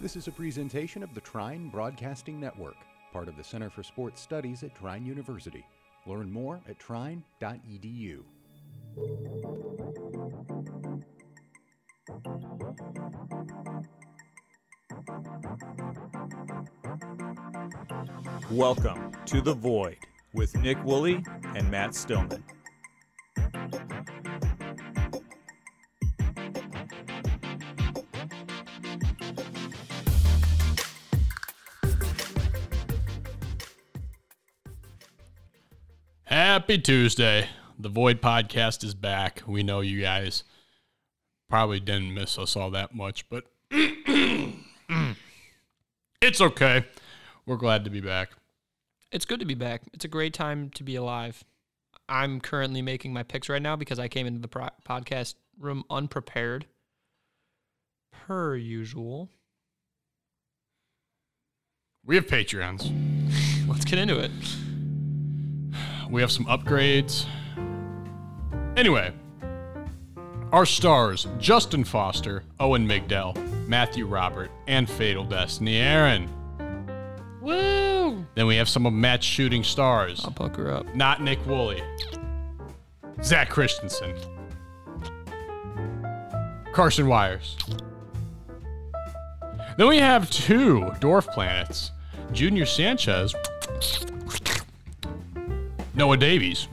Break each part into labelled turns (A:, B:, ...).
A: This is a presentation of the Trine Broadcasting Network, part of the Center for Sports Studies at Trine University. Learn more at E trine.edu.
B: Welcome to The Void with Nick Woolley and Matt Stillman.
C: Happy Tuesday. The Void Podcast is back. We know you guys probably didn't miss us all that much, but it's okay. We're glad to be back.
D: It's good to be back. It's a great time to be alive. I'm currently making my picks right now because I came into the pro- podcast room unprepared, per usual.
C: We have Patreons.
D: Let's get into it.
C: We have some upgrades. Anyway, our stars Justin Foster, Owen Migdell, Matthew Robert, and Fatal Destiny Aaron.
D: Woo!
C: Then we have some of Matt's shooting stars.
D: I'll pucker up.
C: Not Nick Woolley. Zach Christensen. Carson Wires. Then we have two dwarf planets Junior Sanchez, Noah Davies.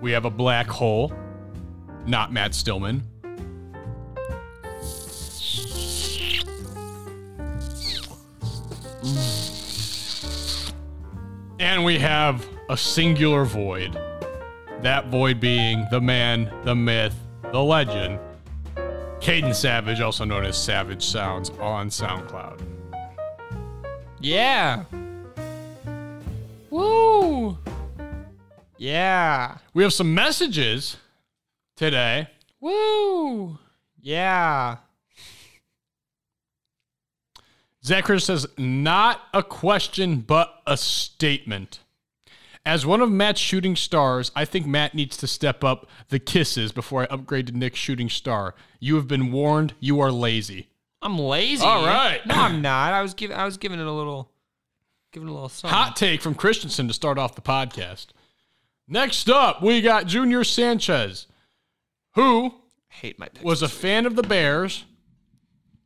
C: We have a black hole, not Matt Stillman. And we have a singular void. That void being the man, the myth, the legend, Caden Savage, also known as Savage Sounds on SoundCloud.
D: Yeah! Woo! Yeah!
C: We have some messages today.
D: Woo! Yeah!
C: Zachary says, not a question, but a statement. As one of Matt's shooting stars, I think Matt needs to step up the kisses before I upgrade to Nick's shooting star. You have been warned. You are lazy.
D: I'm lazy.
C: All right.
D: No, I'm not. I was giving. I was giving it a little. Giving it a little something.
C: Hot take from Christensen to start off the podcast. Next up, we got Junior Sanchez, who
D: Hate my picks.
C: was a fan of the Bears,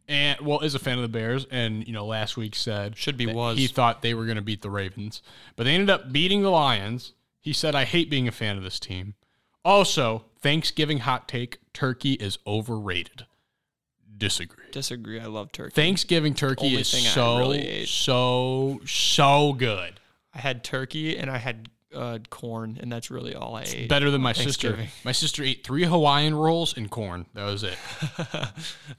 C: and well, is a fan of the Bears, and you know, last week said
D: Should be
C: that
D: was.
C: he thought they were going to beat the Ravens, but they ended up beating the Lions. He said, "I hate being a fan of this team." Also, Thanksgiving hot take: turkey is overrated. Disagree.
D: Disagree. I love turkey.
C: Thanksgiving turkey
D: Only
C: is
D: thing I
C: so
D: really ate.
C: so so good.
D: I had turkey and I had uh, corn, and that's really all I ate.
C: Better than my sister.
D: Thanksgiving.
C: My sister ate three Hawaiian rolls and corn. That was it.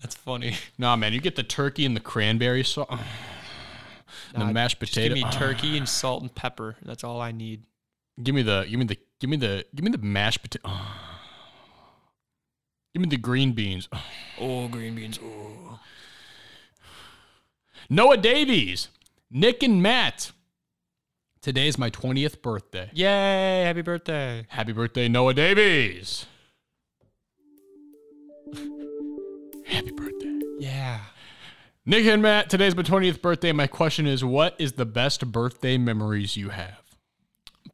D: that's funny.
C: Nah, man, you get the turkey and the cranberry sauce, and the
D: Nah,
C: mashed
D: Just give
C: potato.
D: me
C: Ugh.
D: turkey and salt and pepper. That's all I need.
C: Give me the, give me the, give me the, give me the mashed potato. Give me the green beans.
D: Oh, green beans. Oh,
C: Noah Davies, Nick and Matt. Today is my twentieth birthday.
D: yay! Happy birthday.
C: Happy birthday, Noah Davies. Happy birthday.
D: Yeah.
C: Nick and Matt, today's my 20th birthday. My question is what is the best birthday memories you have?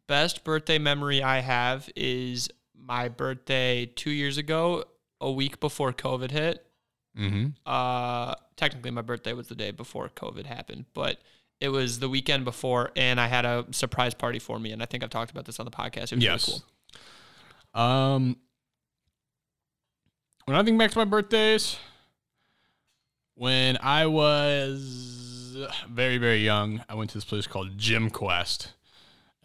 D: Best birthday memory I have is my birthday two years ago, a week before COVID hit.
C: Mm-hmm.
D: uh technically my birthday was the day before covid happened but it was the weekend before and i had a surprise party for me and i think i've talked about this on the podcast it was
C: Yes.
D: really cool
C: Um, when I think back to my birthdays, when I was very, very young, I went to this place called Gym Quest.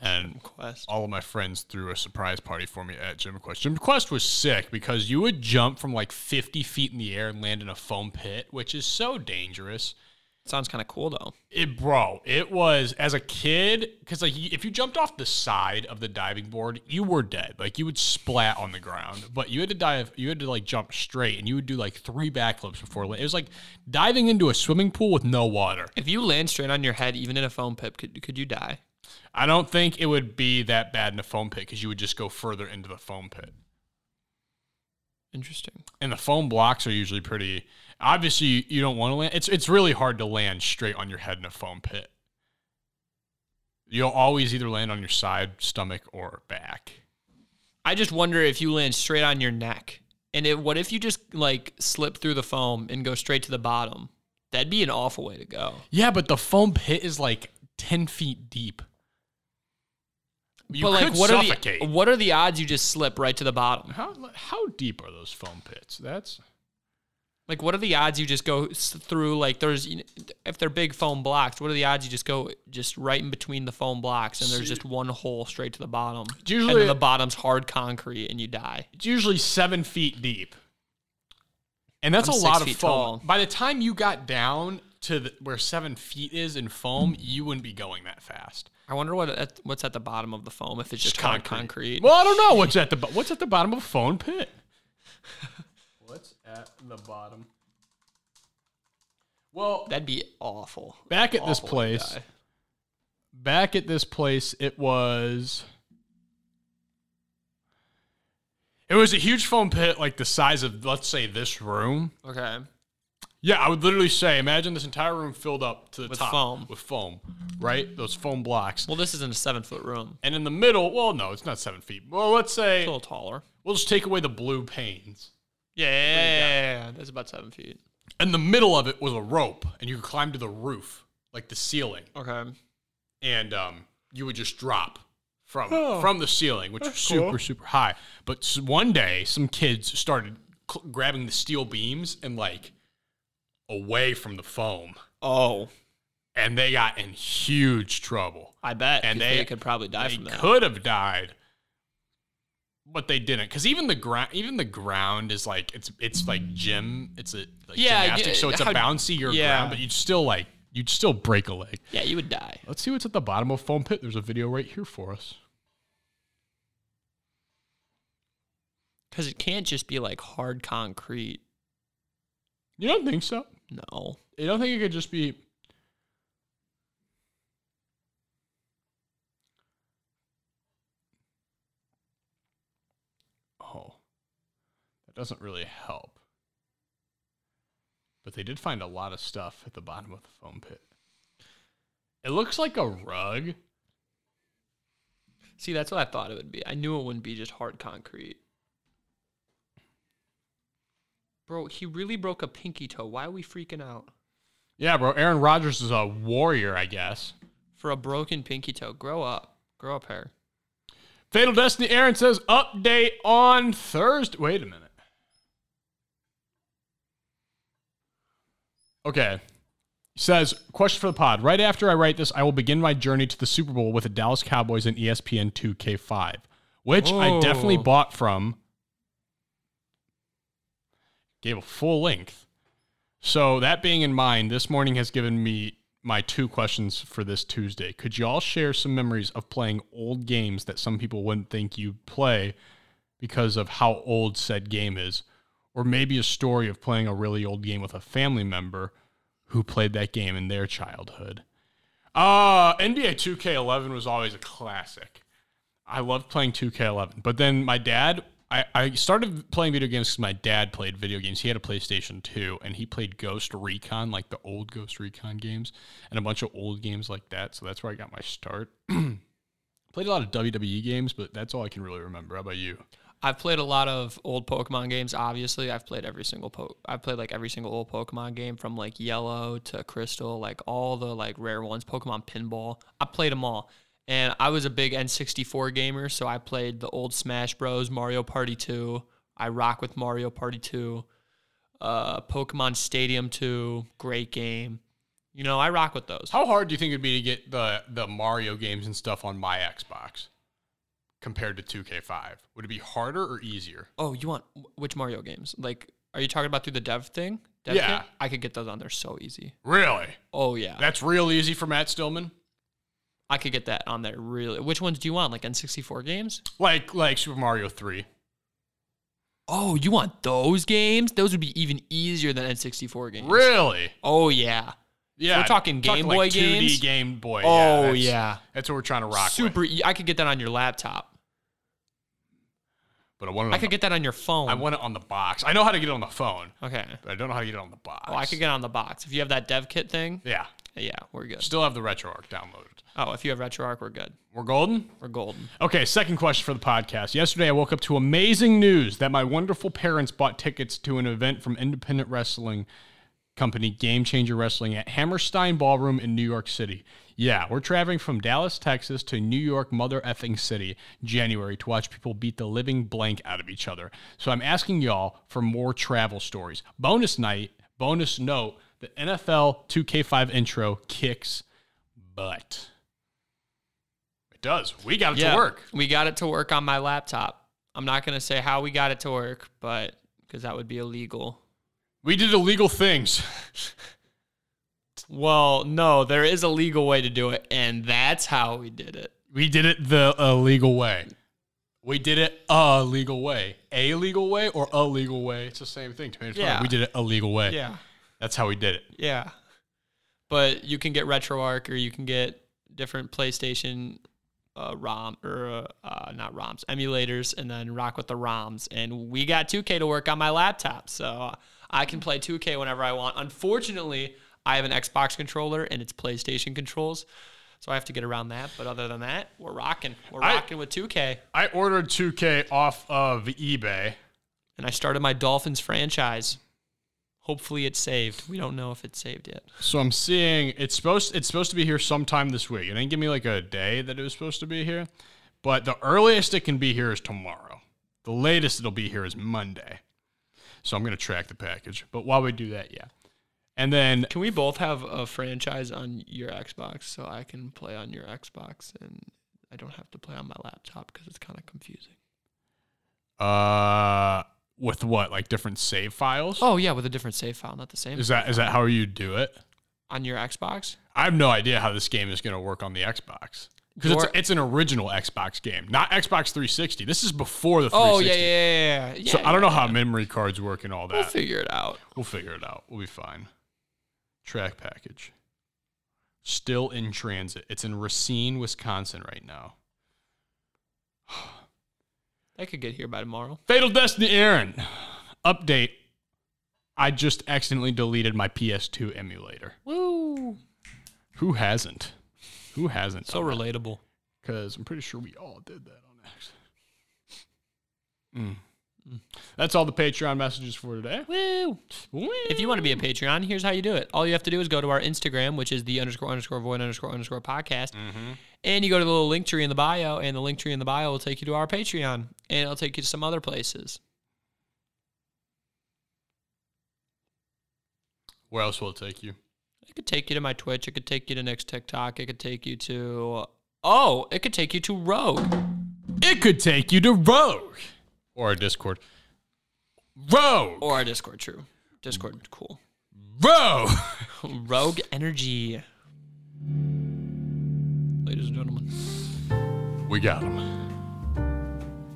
C: And
D: quest
C: all of my friends threw a surprise party for me at Gym Quest. Gym Quest was sick because you would jump from like 50 feet in the air and land in a foam pit, which is so dangerous.
D: sounds kind of cool though
C: It, bro, it was as a kid because like you- if you jumped off the side of the diving board, you were dead. Like you would splat on the ground, but you had to dive. You had to like jump straight, and you would do like three backflips before. la- It was like diving into a swimming pool with no water.
D: if you land straight on your head even in a foam pit could, could you die
C: I don't think it would be that bad in a foam pit because you would just go further into the foam pit.
D: Interesting.
C: and the foam blocks are usually pretty. Obviously, you- you don't want to land. It's it's really hard to land straight on your head in a foam pit. You'll always either land on your side, stomach, or back.
D: I just wonder if you land straight on your neck. And it, what if you just like slip through the foam and go straight to the bottom? That'd be an awful way to go.
C: Yeah, but the foam pit is like ten feet deep. You
D: but
C: could
D: like, what
C: suffocate.
D: are the what are the odds you just slip right to the bottom?
C: how how deep are those foam pits? That's
D: Like, what are the odds you just go s- through? Like, there's you kn- if they're big foam blocks, what are the odds you just go just right in between the foam blocks and there's just one hole straight to the bottom? and
C: usually-
D: then the bottom's hard concrete and you die.
C: it's usually seven feet deep, and that's
D: I'm
C: a
D: six
C: lot of
D: feet
C: foam.
D: tall.
C: By the time you got down to the, where seven feet is in foam, you wouldn't be going that fast.
D: I wonder what at, what's at the bottom of the foam if it's just hard concrete.
C: Well, I don't know what's at the bo- what's at the bottom of a phone pit. what's at the bottom? Well,
D: That'd be awful.
C: back at this
D: Awful to
C: place,
D: die.
C: back at this place, it was it was a huge foam pit, like the size of let's say this room.
D: Okay.
C: Yeah, I would literally say, imagine this entire room filled up to the
D: With
C: top
D: foam.
C: with foam, right? Those foam blocks,
D: Well, this isn't a seven foot room.
C: and in the middle, well, no, it's not seven feet. Well, let's say
D: It's a little taller.
C: we'll just take away the blue panes.
D: Yeah, yeah, that's about seven feet.
C: And the middle of it was a rope, and you could climb to the roof, like the ceiling,
D: Okay.
C: and um, you would just drop from from the ceiling, which was super super high. But s- one day, some kids started cl- grabbing the steel beams and like away from the foam,
D: Oh,
C: and they got in huge trouble.
D: I bet.
C: And
D: 'cause
C: they-
D: could probably die
C: They
D: from that.
C: could have died, but they didn't, because even the ground, even the ground is like it's it's like gym, it's a like
D: Yeah, I
C: gymnastics,
D: get-
C: so it's
D: how-
C: a bouncier
D: yeah.
C: ground, but you'd still like you'd still break a leg.
D: Yeah, you would die.
C: Let's see what's at the bottom of foam pit. There's a video right here for us.
D: Because it can't just be like hard concrete.
C: You don't think so?
D: No.
C: You don't think it could just be? Oh, that doesn't really help. But they did find a lot of stuff at the bottom of the foam pit. It looks like a rug.
D: See, that's what I thought it would be. I knew it wouldn't be just hard concrete. Bro, he really broke a pinky toe. Why are we freaking out?
C: Yeah, bro. Aaron Rodgers is a warrior, I guess.
D: For a broken pinky toe. Grow up. Grow up hair.
C: Fatal Destiny Aaron says update on Thursday. Wait a minute. Okay. Says, question for the pod. Right after I write this, I will begin my journey to the Super Bowl with the Dallas Cowboys and E ESPN 2K5, which I definitely
D: Oh.
C: bought from. Gave a full length. So, that being in mind, this morning has given me my two questions for this Tuesday. Could you all share some memories of playing old games that some people wouldn't think you play because of how old said game is? Or maybe a story of playing a really old game with a family member who played that game in their childhood. Uh, NBA 2K11 was always a classic. I loved playing 2K11. But then my dad, I, I started playing video games because my dad played video games. He had a PlayStation 2 and he played Ghost Recon, like the old Ghost Recon games, and a bunch of old games like that. So that's where I got my start. played a lot of WWE games, but that's all I can really remember. How about you?
D: I've played a lot of old Pokemon games. Obviously, I've played every single po- I've played like every single old Pokemon game from like Yellow to Crystal, like all the like rare ones. Pokemon Pinball, I played them all, and I was a big N64 gamer, so I played the old Smash Bros, Mario Party 2. I rock with Mario Party 2, uh, Pokemon Stadium 2, great game. You know, I rock with those.
C: How hard do you think it'd be to get the, the Mario games and stuff on my Xbox compared to 2K5? Would it be harder or easier?
D: Oh, you want which Mario games? Like, are you talking about through the dev thing? Dev
C: Yeah.
D: kit? I could get those on there so easy.
C: Really?
D: Oh yeah.
C: That's real easy for Matt Stillman.
D: I could get that on there really. Which ones do you want? Like N64 games?
C: Like like Super Mario 3.
D: Oh, you want those games? Those would be even easier than N64 games.
C: Really?
D: Oh yeah.
C: Yeah.
D: We're talking Game Boy
C: 2D
D: games?
C: Game Boy.
D: Oh,
C: that's-
D: yeah.
C: That's what we're trying to rock with.
D: Super e- I could get that on your laptop.
C: but I want it.
D: I
C: On
D: could
C: the,
D: get that on your phone.
C: I want it on the box. I know how to get it on the phone,
D: Okay.
C: but I don't know how to get it on the box.
D: Oh, I could get on the box. If you have that dev kit thing,
C: Yeah,
D: yeah, we're good.
C: still have the RetroArch downloaded.
D: Oh, if you have RetroArch, we're good.
C: We're golden.
D: We're golden.
C: Okay, second question for the podcast. Yesterday, I woke up to amazing news that my wonderful parents bought tickets to an event from independent wrestling company Game Changer Wrestling at Hammerstein Ballroom in New York City. Yeah, we're traveling from Dallas, Texas to New York, mother effing city, January to watch people beat the living blank out of each other. So I'm asking y'all for more travel stories. Bonus night, bonus note the NFL 2K5 intro kicks butt. It does. We got it to work.
D: We got it to work on my laptop. I'm not going to say how we got it to work, but because that would be illegal.
C: We did illegal things.
D: Well, no, there is a legal way to do it, and that's how we did it.
C: We did it the illegal way. We did it a legal way. A legal way or a legal way. It's the same thing. Tomatoes,
D: Yeah.
C: We did it a legal way.
D: Yeah.
C: That's how we did it.
D: Yeah. But you can get RetroArch or you can get different PlayStation uh, ROM or uh, uh, not ROMs, emulators, and then rock with the ROMs. And we got 2K to work on my laptop. So I can play 2K whenever I want. Unfortunately, I have an Xbox controller and it's PlayStation controls. So I have to get around that. But other than that, we're rocking. We're
C: I-
D: rocking with 2K.
C: I ordered 2K off of eBay.
D: And I started my Dolphins franchise. Hopefully it's saved. We don't know if it's saved yet.
C: So I'm seeing it's supposed it's supposed to be here sometime this week. It didn't give me like a day that it was supposed to be here. But the earliest it can be here is tomorrow. The latest it'll be here is Monday. So I'm gonna track the package. But while we do that, yeah. And then
D: Can we both have a franchise on your Xbox so I can play on your Xbox and I don't have to play on my laptop because it's kind of confusing?
C: Uh, with what like different save files?
D: Oh yeah, with a different save file, not the same.
C: Is that is that how you do it?
D: on your Xbox?
C: I have no idea how this game is going to work on the Xbox because it's
D: Your-
C: it's an original Xbox game, not Xbox 360. This is before the 360.
D: Oh yeah, yeah, yeah, yeah.
C: So
D: yeah,
C: I don't know how
D: yeah.
C: memory cards work and all
D: We'll
C: that.
D: figure it out.
C: We'll figure it out. We'll be fine. Track package. Still in transit. It's in Racine, Wisconsin right now.
D: I could get here by tomorrow.
C: Fatal Destiny Aaron. Update. I just accidentally deleted my PS2 emulator.
D: Woo!
C: Who hasn't? Who hasn't?
D: So relatable.
C: Because I'm pretty sure we all did that on accident. Mm. That's all the Patreon messages for today.
D: Woo! If you want to be a Patreon, here's how you do it. All you have to do is go to our Instagram, which is the underscore underscore void underscore underscore podcast,
C: Mm-hmm.
D: and you go to the little link tree in the bio, and the link tree in the bio will take you to our Patreon, and it'll take you to some other places.
C: Where else will it take you?
D: It could take you to my Twitch. It could take you to next TikTok. It could take you to oh, it could take you to Rogue.
C: It could take you to Rogue or our Discord. Rogue,
D: or our Discord. True, Discord cool.
C: Rogue.
D: Rogue Energy, ladies and gentlemen.
C: We got him.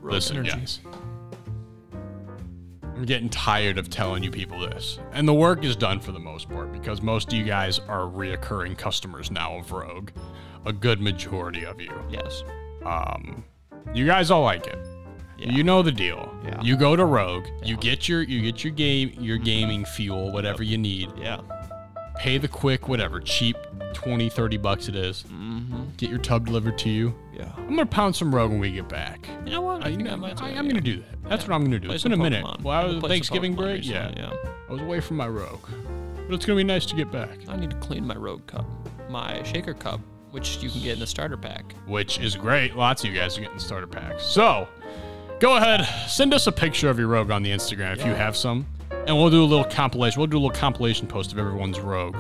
D: Rogue
C: Listen,
D: Energy.
C: guys. I'm getting tired of telling you people this, and the work is done for the most part because most of you guys are reoccurring customers now of Rogue. A good majority of you.
D: Yes.
C: um, you guys all like it.
D: Yeah.
C: You know the deal.
D: Yeah.
C: You go to Rogue, you get your you get your game your gaming fuel, whatever you need.
D: Yeah.
C: Pay the quick, whatever, cheap 20, 30 bucks it is.
D: Mm-hmm.
C: Get your tub delivered to you.
D: Yeah.
C: I'm gonna pound some Rogue when we get back.
D: You know what?
C: I,
D: think
C: am
D: might do it, yeah.
C: gonna do that. That's what I'm gonna do.
D: Play
C: It's
D: some
C: been a minute.
D: Pokemon.
C: Well, I
D: We'll
C: was
D: play some
C: Thanksgiving
D: Pokemon
C: break. Yeah.
D: recently,
C: I was away from my Rogue, but it's gonna be nice to get back.
D: I need to clean my rogue cup, my shaker cup, which you can get in the starter pack.
C: which is great. Lots of you guys are getting starter packs. So go ahead, send us a picture of your rogue on the Instagram if you have some. And we'll do a little compilation. We'll do a little compilation post of everyone's rogue.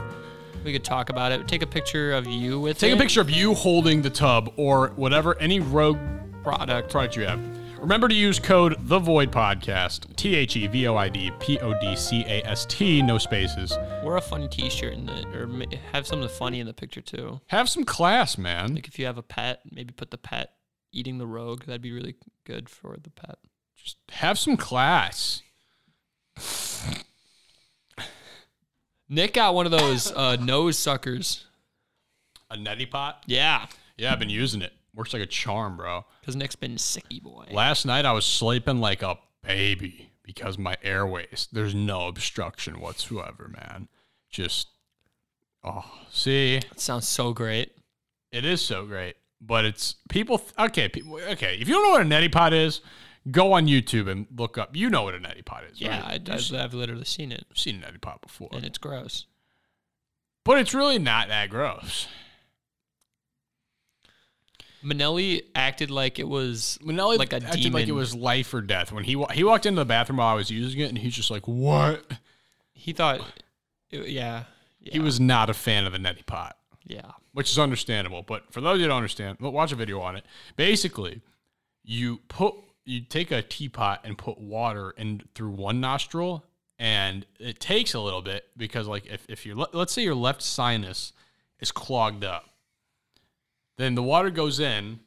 D: We could talk about it. Take a picture of you with
C: Take a
D: it.
C: picture of you holding the tub or whatever any rogue
D: product.
C: product you have. Remember to use code the Void Podcast T H E V O I D P O D C A S T no spaces.
D: Wear a funny T-shirt in the, or ma- have something funny in the picture too.
C: Have some class, man.
D: Like if you have a pet, maybe put the pet eating the rogue. That'd be really good for the pet.
C: Just have some class.
D: Nick got one of those uh, nose suckers.
C: A neti pot?
D: Yeah,
C: Yeah, I've been using it. Works like a charm, bro.
D: Because Nick's been sicky boy.
C: Last night I was sleeping like a baby because my airways, there's no obstruction whatsoever, man. Just, oh, see,
D: That sounds so great.
C: it is so great. But it's people, okay, people, okay. If you don't know what a neti pot is, go on YouTube and look up. You know what a neti pot is,
D: Yeah,
C: right?
D: I,
C: You've
D: I've, I've literally seen it,
C: seen a neti pot before.
D: and it's gross.
C: But it's really not that gross.
D: Manelli acted like it was
C: Manelli
D: like a
C: acted
D: demon.
C: like it was life or death when he wa- he walked into the bathroom while I was using it, and he's just like, "What?"
D: He thought, it- yeah, yeah,
C: He was not a fan of the neti pot,
D: yeah.
C: which is understandable. But for those who don't understand, well, watch a video on it. Basically, you put you take a teapot and put water in through one nostril, and it takes a little bit because, like, if if you let's say your left sinus is clogged up, then the water goes in.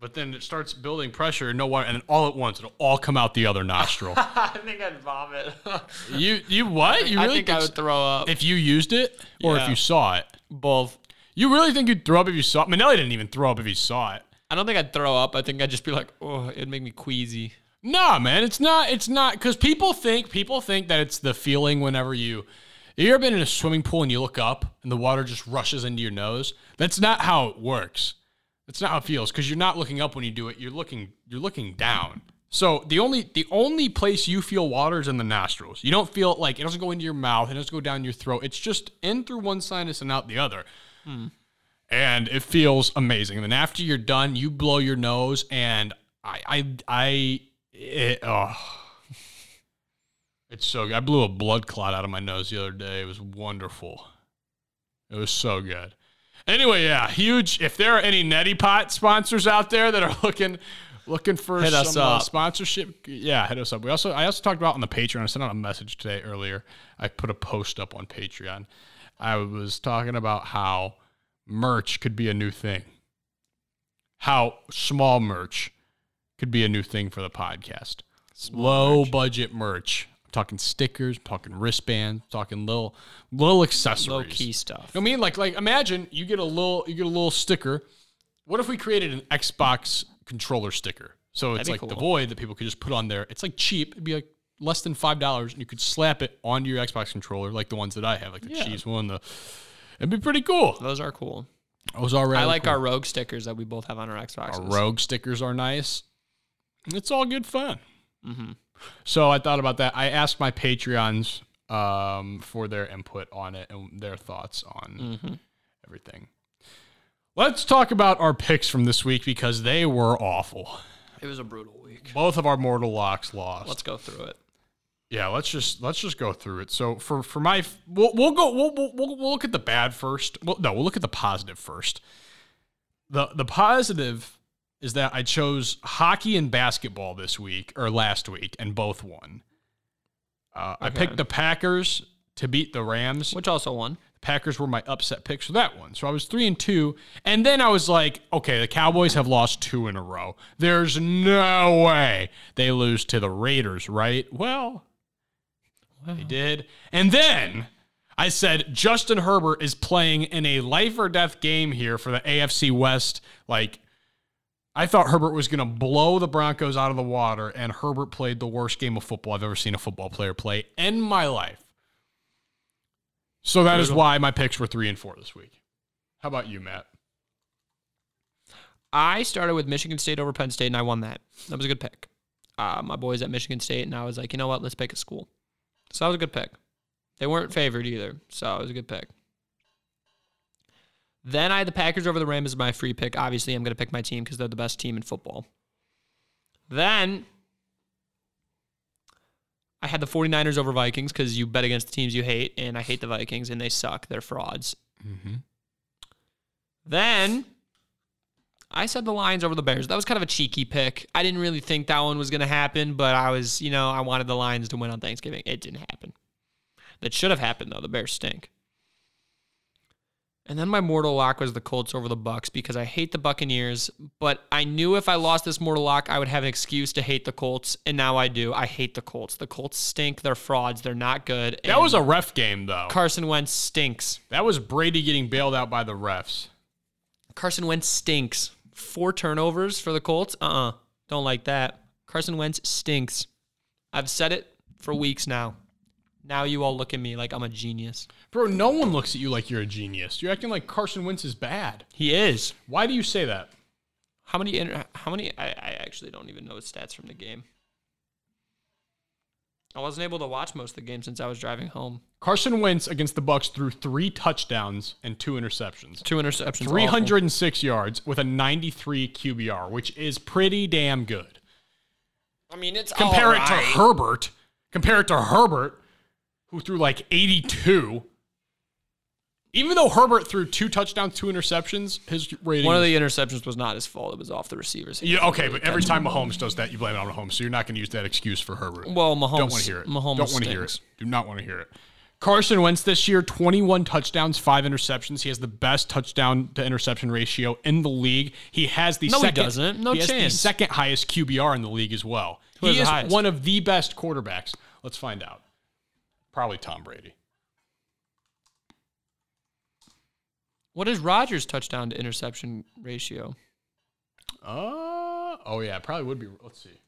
C: But then it starts building pressure, no water, and then all at once it'll all come out the other nostril.
D: I think I'd vomit.
C: You you what? You really
D: I think I
C: s-
D: would throw up.
C: if you used it or
D: Yeah.
C: if you saw it?
D: both.
C: You really think you'd throw up if you saw it? Manelli didn't even throw up if he saw it.
D: I don't think I'd throw up. I think I'd just be like, oh, it'd make me queasy.
C: Nah, man, it's not. It's not because people think people think that it's the feeling whenever you. You ever been in a swimming pool and you look up and the water just rushes into your nose? That's not how it works. That's not how it feels because you're not looking up when you do it. You're looking. You're looking down. So the only the only place you feel water is in the nostrils. You don't feel it like it doesn't go into your mouth. It doesn't go down your throat. It's just in through one sinus and out the other. and it feels amazing. And then after you're done, you blow your nose, and I, I, I, it, oh, it's so good. I blew a blood clot out of my nose the other day. It was wonderful. It was so good. Anyway, yeah, huge. If there are any neti pot sponsors out there that are looking. Looking for
D: Hit
C: some
D: us
C: uh,
D: up.
C: sponsorship, yeah, hit us up. We also I also talked about on the Patreon. I sent out a message today earlier. I put a post up on Patreon. I was talking about how merch could be a new thing. How small merch could be a new thing for the podcast. Low budget merch. I'm talking stickers, I'm talking wristbands, I'm talking little little accessories.
D: Low key stuff.
C: I mean, like like imagine you get a little you get a little sticker. What if we created an Xbox controller sticker? So it's
D: That'd be
C: like the
D: cool.
C: void that people could just put on there. It's like cheap. It'd be like less than five dollars, and you could slap it onto your Xbox controller, like the ones that I have, like the
D: Yeah.
C: Chiefs one. The it'd be pretty cool.
D: Those are cool.
C: Those are
D: I like
C: cool.
D: our rogue stickers that we both have on our Xboxes.
C: Our rogue stickers are nice. It's all good fun.
D: Mm-hmm.
C: So I thought about that. I asked my Patreons um, for their input on it and their thoughts on
D: Mhm.
C: everything. Let's talk about our picks from this week because they were awful.
D: It was a brutal week.
C: Both of our mortal locks lost.
D: Let's go through it.
C: yeah, let's just let's just go through it. So for for my f- we'll, we'll go we'll, we'll we'll we'll look at the bad first. Well, no, we'll look at the positive first. The the positive is that I chose hockey and basketball this week or last week and both won. Uh, I
D: Okay.
C: picked the Packers to beat the Rams.
D: Which also won.
C: Packers were my upset picks for that one. So I was three and two. And then I was like, okay, the Cowboys have lost two in a row. There's no way they lose to the Raiders, right? Well,
D: Wow.
C: they
D: Mm-hmm.
C: did. And then I said, Justin Herbert is playing in a life or death game here for the AFC West. Like, I thought Herbert was going to blow the Broncos out of the water, and Herbert played the worst game of football I've ever seen a football player play in my life. So that is
D: Brutal.
C: why my picks were three and four this week. How about you, Matt?
D: I started with Michigan State over Penn State, and I won that. That was a good pick. Uh, my boys at Michigan State, and I was like, you know what? Let's pick a school. So that was a good pick. They weren't favored either, so it was a good pick. Then I had the Packers over the Rams as my free pick. Obviously, I'm going to pick my team because they're the best team in football. Then I had the 49ers over Vikings because you bet against the teams you hate, and I hate the Vikings, and they suck. They're frauds. Then I said the Lions over the Bears. That was kind of a cheeky pick. I didn't really think that one was going to happen, but I was, you know, I wanted the Lions to win on Thanksgiving. It didn't happen. That should have happened though. The Bears stink. And then my mortal lock was the Colts over the Bucks because I hate the Buccaneers, but I knew if I lost this mortal lock, I would have an excuse to hate the Colts, and now I do. I hate the Colts. The Colts stink. They're frauds. They're not good.
C: That
D: and
C: was a ref game, though.
D: Carson Wentz stinks.
C: that was Brady getting bailed out by the refs.
D: Carson Wentz stinks. Four turnovers for the Colts. Uh uh-uh. uh. do not like that. Carson Wentz stinks. I've said it for weeks now. Now you all look at me like I'm a genius.
C: Bro, no one looks at you like you're a genius. You're acting like Carson Wentz is bad.
D: He is.
C: Why do you say that?
D: How many? Inter- how many? I, I actually don't even know his stats from the game. I wasn't able to watch most of the game since I was driving home.
C: Carson Wentz against the Bucks threw three touchdowns and two interceptions.
D: Two interceptions. awful.
C: 306 yards with a 93 QBR, which is pretty damn good.
D: I mean, it's
C: Compare
D: all
C: it to
D: right.
C: Herbert. Compare it to Herbert, who threw like 82. Even though Herbert threw two touchdowns, two interceptions, his rating.
D: One of
C: is-
D: the interceptions was not his fault; it was off the receivers. hand.
C: yeah, okay, but every time Mahomes does that, you blame it on Mahomes. So you're not going to use that excuse for Herbert.
D: Well, Mahomes.
C: Don't want to hear it.
D: Mahomes
C: Don't want to hear it.
D: stinks.
C: Do not want to hear it. Carson Wentz this year, 21 touchdowns, five interceptions. He has the best touchdown to interception ratio in the league. He has the
D: No, he
C: second,
D: doesn't. No
C: he has the
D: chance.
C: second highest QBR in the league as well.
D: Who has
C: he
D: the
C: is
D: highest?
C: one of the best quarterbacks. Let's find out. Probably Tom Brady.
D: What is Rogers' touchdown to interception ratio?
C: Uh, oh yeah, probably would be. Let's see.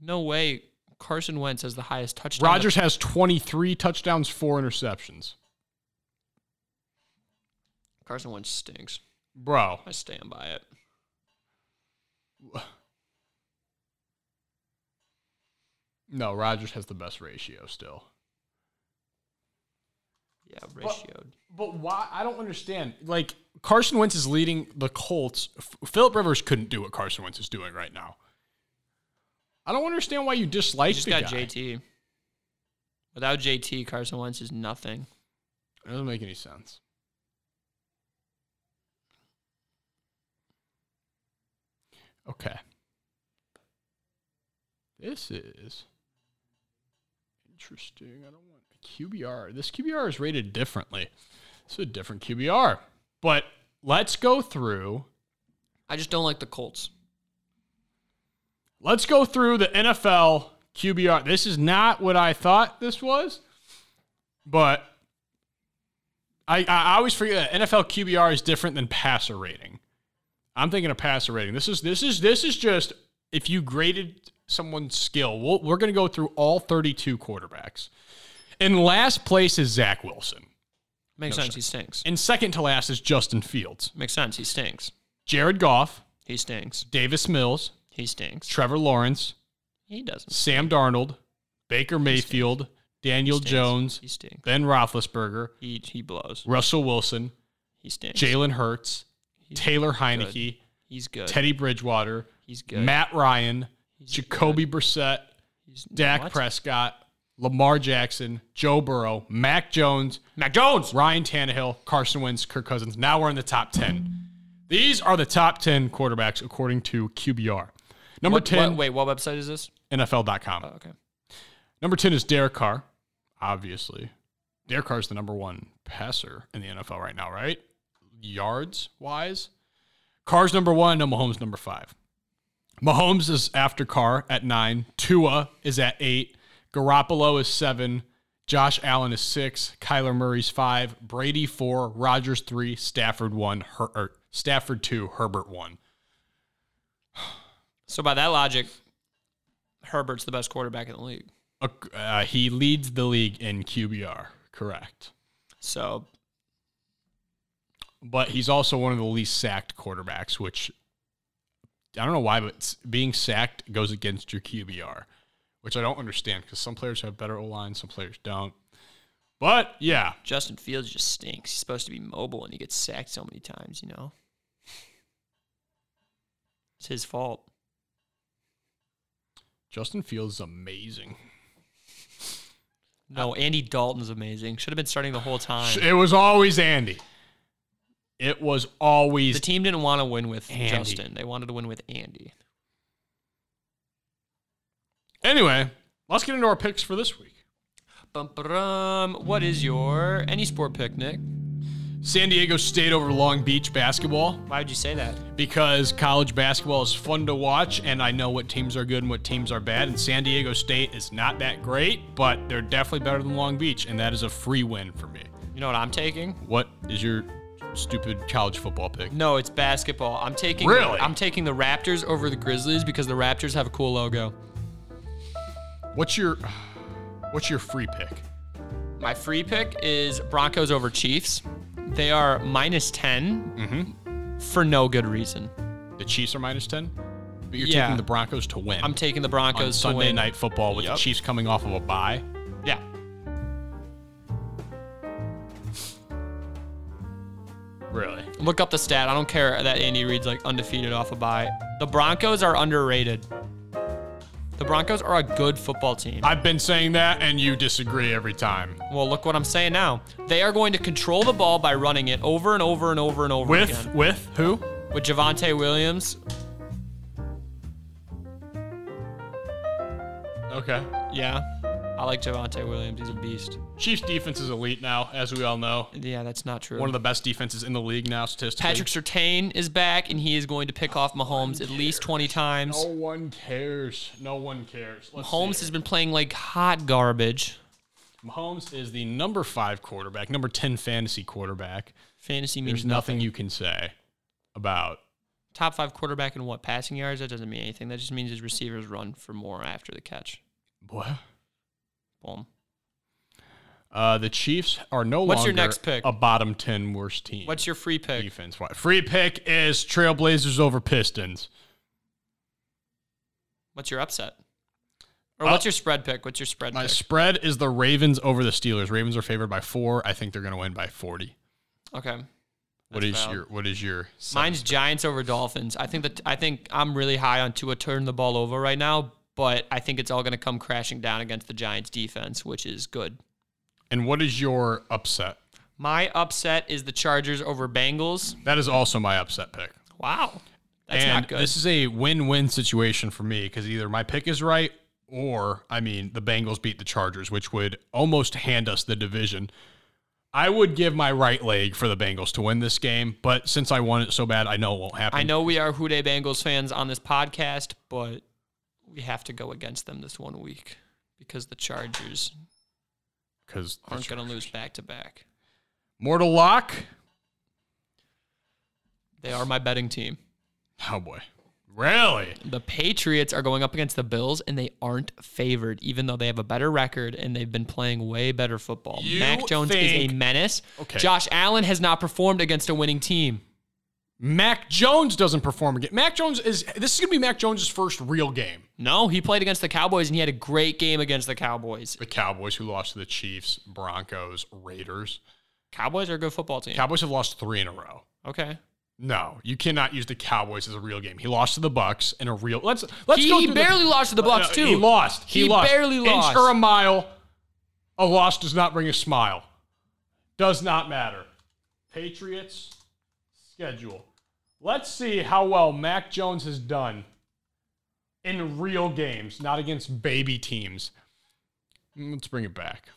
D: No way. Carson Wentz has the highest touchdown.
C: Rodgers has 23 touchdowns, four interceptions.
D: Carson Wentz stinks.
C: Bro,
D: I stand by it.
C: no, Rodgers has the best ratio still.
D: Yeah, ratioed.
C: But why? I don't understand. Like Carson Wentz is leading the Colts. F- Philip Rivers couldn't do what Carson Wentz is doing right now. I don't understand why you
D: I
C: dislike
D: just
C: the
D: got
C: guy.
D: JT. Without JT, Carson Wentz is nothing.
C: It doesn't make any sense. Okay. This is interesting. I don't want a QBR. This QBR is rated differently. It's a different QBR. But let's go through.
D: I just don't like the Colts.
C: Let's go through the NFL QBR. This is not what I thought this was, but I, I always forget that NFL QBR is different than passer rating. I'm thinking of passer rating. This is this is this is just if you graded someone's skill. We'll, we're going to go through all 32 quarterbacks. In last place is Zach Wilson.
D: Makes
C: No
D: sense. He stinks.
C: And second to last is Justin Fields,
D: Makes sense. He stinks.
C: Jared Goff,
D: He stinks.
C: Davis Mills,
D: He stinks.
C: Trevor Lawrence,
D: He doesn't.
C: Sam Darnold, Baker Mayfield, Daniel
D: stinks.
C: Jones,
D: He stinks.
C: Ben Roethlisberger,
D: He he blows.
C: Russell Wilson,
D: He stinks.
C: Jalen Hurts,
D: He's
C: Taylor Heineke,
D: He's good.
C: Teddy Bridgewater,
D: He's good.
C: Matt Ryan,
D: He's
C: Jacoby Brissett,
D: He's,
C: Dak
D: what?
C: Prescott, Lamar Jackson, Joe Burrow, Mac Jones,
D: Mac Jones.
C: Ryan Tannehill, Carson Wentz, Kirk Cousins. Now we're in the top 10. These are the top 10 quarterbacks according to QBR. Number
D: What-
C: 10,
D: what- wait, what website is this?
C: NFL.com.
D: Oh, okay.
C: Number 10 is Derek Carr, obviously. Derek Carr is the number one passer in the NFL right now, right? Yards wise. Carr's number one, and Mahomes number five. Mahomes is after Carr at nine. Tua is at eight. Garoppolo is seven. Josh Allen is six. Kyler Murray's five. Brady four. Rogers three. Stafford one. Her- er, Stafford two. Herbert one.
D: So by that logic, Herbert's the best quarterback in the league.
C: Uh, uh, he leads the league in QBR. Correct.
D: So
C: but he's also one of the least sacked quarterbacks, which I don't know why, but s- being sacked goes against your QBR, which I don't understand because some players have better O line, some players don't. But yeah,
D: Justin Fields just stinks. He's supposed to be mobile and he gets sacked so many times, you know. It's his fault.
C: Justin Fields is amazing.
D: No, Andy Dalton's amazing. Should have been starting the whole time.
C: It was always Andy. It was always
D: The team didn't want to win with
C: Andy.
D: Justin. They wanted to win with Andy.
C: anyway. Let's get into our picks for this week.
D: Bum, ba-dum. What is your any sport picnic?
C: San Diego State over Long Beach basketball.
D: Why would you say that?
C: because college basketball is fun to watch and I know what teams are good and what teams are bad. And San Diego State is not that great, but they're definitely better than Long Beach, and that is a free win for me.
D: You know what I'm taking?
C: What is your stupid college football pick.
D: No, it's basketball. I'm taking
C: Really?
D: I'm taking the Raptors over the Grizzlies because the Raptors have a cool logo.
C: What's your what's your free pick?
D: My free pick is Broncos over Chiefs. They are minus 10
C: Mm-hmm.
D: for no good reason.
C: The Chiefs are minus ten, but you're
D: Yeah.
C: taking the Broncos to win.
D: I'm taking the
C: on
D: Broncos to
C: Sunday
D: win.
C: night football with
D: Yep.
C: the Chiefs coming off of a bye.
D: Yeah.
C: Really?
D: Look up the stat. I don't care that Andy Reid's like undefeated off a bye. The Broncos are underrated. The Broncos are a good football team.
C: I've been saying that, and you disagree every time.
D: Well, look what I'm saying now. They are going to control the ball by running it over and over and over and over
C: With
D: again.
C: with who?
D: With Javante Williams,
C: Okay.
D: yeah. I like Javante Williams. He's a beast.
C: Chiefs defense is elite now, as we all know.
D: Yeah, that's not true.
C: One of the best defenses in the league now, statistically.
D: Patrick Sertain is back, and he is going to pick off Mahomes at least 20 times.
C: No one cares. No one cares. Let's
D: Mahomes
C: see
D: has
C: here.
D: been playing like hot garbage.
C: Mahomes is the number five quarterback, number ten fantasy quarterback.
D: Fantasy means
C: There's nothing you can say about
D: Top five quarterback in what? Passing yards? That doesn't mean anything. That just means his receivers run for more after the catch.
C: what.
D: Boom.
C: Uh, the Chiefs are no
D: What's
C: longer
D: your next pick?
C: a bottom ten worst team.
D: What's your free pick?
C: defense? wise. Free pick is Trailblazers over Pistons.
D: What's your upset? Or
C: Uh,
D: what's your spread pick? What's your spread
C: My
D: pick?
C: spread is the Ravens over the Steelers. Ravens are favored by four. I think they're going to win by forty.
D: okay.
C: What
D: That's
C: is
D: valid.
C: your What is your
D: Mine's Giants over Dolphins. I think that I think I'm really high on Tua turn the ball over right now, but I think it's all going to come crashing down against the Giants defense, which is good.
C: and what is your upset?
D: My upset is the Chargers over Bengals.
C: That is also my upset pick.
D: Wow. That's
C: and
D: not good.
C: this is a win-win situation for me because either my pick is right or I mean the Bengals beat the Chargers, which would almost hand us the division. I would give my right leg for the Bengals to win this game, but since I want it so bad, I know it won't happen.
D: I know we are Houday Bengals fans on this podcast, but we have to go against them this one week because the Chargers
C: because
D: aren't going to lose back to back.
C: Mortal Lock.
D: They are my betting team.
C: Oh boy, really?
D: The Patriots are going up against the Bills, and they aren't favored, even though they have a better record and they've been playing way better football.
C: You
D: Mac Jones is
C: think-
D: a menace.
C: Okay.
D: Josh Allen has not performed against a winning team.
C: Mac Jones doesn't perform again. Mac Jones is this is gonna be Mac Jones' first real game.
D: No, he played against the Cowboys, and he had a great game against the Cowboys.
C: The Cowboys, who lost to the Chiefs, Broncos, Raiders.
D: Cowboys are a good football team.
C: Cowboys have lost three in a row.
D: okay.
C: No, you cannot use the Cowboys as a real game. He lost to the Bucks in a real. Let's let's
D: He
C: go. through
D: barely
C: the, Uh,
D: lost to the Bucks, too.
C: He lost. He,
D: He
C: lost.
D: barely lost.
C: Inch or a mile, a loss does not bring a smile. Does not matter. Patriots schedule. Let's see how well Mac Jones has done in real games, not against baby teams. Mm, Let's bring it back.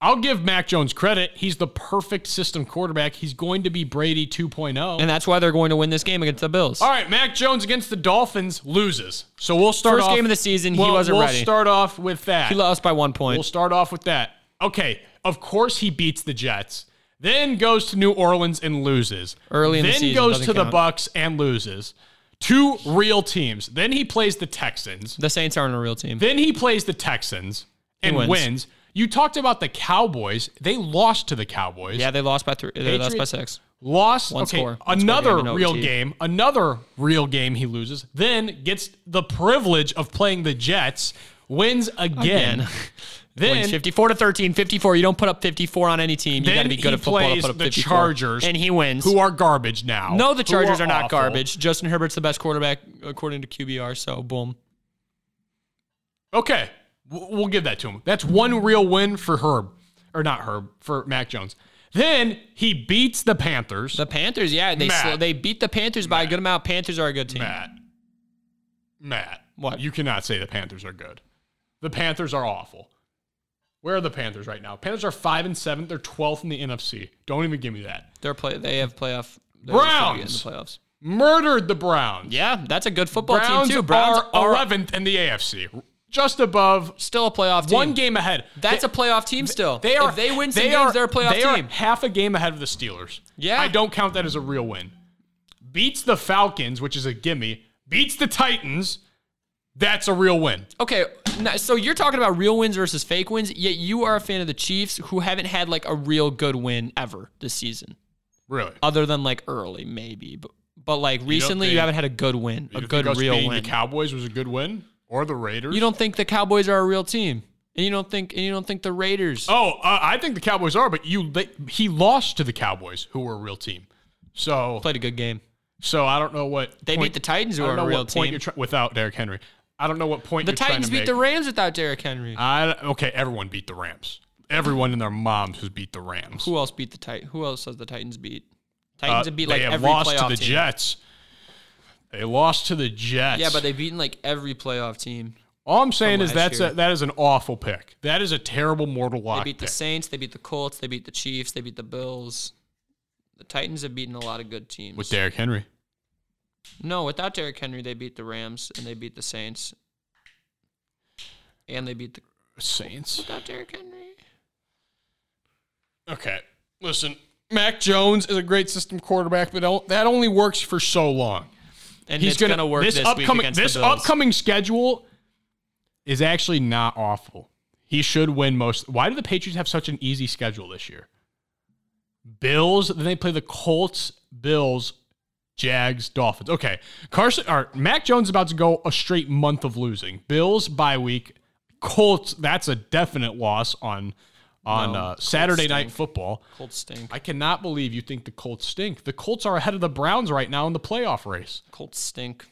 C: I'll give Mac Jones credit. He's the perfect system quarterback. He's going to be Brady 2.0.
D: And that's why they're going to win this game against the Bills.
C: All right, Mac Jones against the Dolphins loses. So we'll start
D: First
C: off-
D: game of the season, he
C: Well,
D: wasn't
C: we'll
D: ready.
C: start off with that.
D: He lost by one point.
C: We'll start off with that. Okay, of course he beats the Jets. Then goes to New Orleans and loses.
D: Early in the
C: then
D: season,
C: goes
D: doesn't
C: to the
D: count.
C: Bucks and loses. Two real teams. Then he plays the Texans.
D: the Saints aren't a real team.
C: Then he plays the Texans and
D: wins.
C: wins. You talked about the Cowboys. They lost to the Cowboys.
D: yeah, they lost by three. They lost by
C: Patriots-
D: six.
C: Lost.
D: One
C: okay,
D: score. One score
C: another
D: game in
C: real
D: OT.
C: game. Another real game he loses. Then gets the privilege of playing the Jets. Wins again.
D: Again.
C: Then
D: Wins 54 to 13, 54. You don't put up 54 on any team. You
C: Then
D: got to be good
C: he
D: at football to
C: plays
D: put up
C: the
D: 54.
C: Chargers,
D: And he wins.
C: who are garbage now.
D: no, the
C: who
D: Chargers
C: are
D: are, not
C: awful.
D: garbage. Justin Herbert's the best quarterback according to QBR, so boom.
C: Okay, we'll we'll give that to him. That's one real win for Herb, or not Herb for Mac Jones. Then he beats the Panthers.
D: The Panthers, yeah, they
C: Matt.
D: sl- they beat the Panthers by a good amount. Panthers are a good team.
C: Matt, Matt,
D: What?
C: You cannot say the Panthers are good. The Panthers are awful. Where are the Panthers right now? Panthers are five and seven. They're twelfth in the NFC. Don't even give me that.
D: They're play they have playoff they're gonna be
C: Browns.
D: in the playoffs.
C: Murdered the Browns.
D: Yeah, that's a good football
C: Browns,
D: team too.
C: are eleventh in the AFC. just above,
D: Still a playoff team.
C: one game ahead.
D: That's a playoff team still.
C: They are.
D: If they win some
C: they
D: games,
C: are-
D: they're a playoff
C: they
D: team.
C: Are half a game ahead of the Steelers.
D: Yeah.
C: I don't count that as a real win. Beats the Falcons, which is a gimme. Beats the Titans. That's a real win.
D: Okay, now- so you're talking about real wins versus fake wins, yet you are a fan of the Chiefs who haven't had like a real good win ever this season,
C: Really.
D: other than like early maybe, but but like recently you
C: think-
D: haven't had a good win, a
C: You
D: good
C: think us
D: real
C: beating
D: win.
C: The Cowboys was a good win, or the Raiders.
D: you don't think the Cowboys are a real team, and you don't think and you don't think the Raiders.
C: Oh, uh, I think the Cowboys are, but you they, he lost to the Cowboys, who were a real team. So,
D: Played a good game.
C: so I don't know what
D: They
C: point-
D: beat the Titans, who
C: I don't
D: are
C: know
D: a real
C: what point
D: team.
C: you're try- without Derrick Henry. I don't know what point
D: The
C: you're trying
D: Titans
C: to
D: beat
C: make.
D: the Rams without Derrick Henry.
C: I, okay, everyone beat the Rams. Everyone and their moms has beat the Rams.
D: who else beat the Titans? Who else does the Titans beat? Titans
C: Uh,
D: have beat like
C: they have
D: every
C: lost
D: playoff
C: to the
D: team.
C: Jets. They lost to the Jets.
D: Yeah, but they've beaten like every playoff team.
C: all I'm saying
D: from
C: is that's
D: last year.
C: a, that is an awful pick. That is a terrible mortal lock.
D: They beat the
C: pick.
D: Saints, they beat the Colts, they beat the Chiefs, they beat the Bills. The Titans have beaten a lot of good teams.
C: with Derrick Henry.
D: no, without Derrick Henry, they beat the Rams and they beat the Saints. And they beat the
C: Saints.
D: without Derrick Henry.
C: Okay, listen. Mac Jones is a great system quarterback, but don't- that only works for so long.
D: And he's gonna, work this, week
C: upcoming
D: against
C: this
D: the Bills.
C: upcoming schedule is actually not awful. He should win most. Why do the Patriots have such an easy schedule this year? Bills, then they play the Colts, Bills, Jags, Dolphins. Okay, Carson or Mac Jones is about to go a straight month of losing. Bills bye week, Colts. That's a definite loss on on
D: No,
C: uh,
D: Colts
C: Saturday
D: stink.
C: night football.
D: Colts stink.
C: I cannot believe you think the Colts stink. The Colts are ahead of the Browns right now in the playoff race.
D: Colts stink.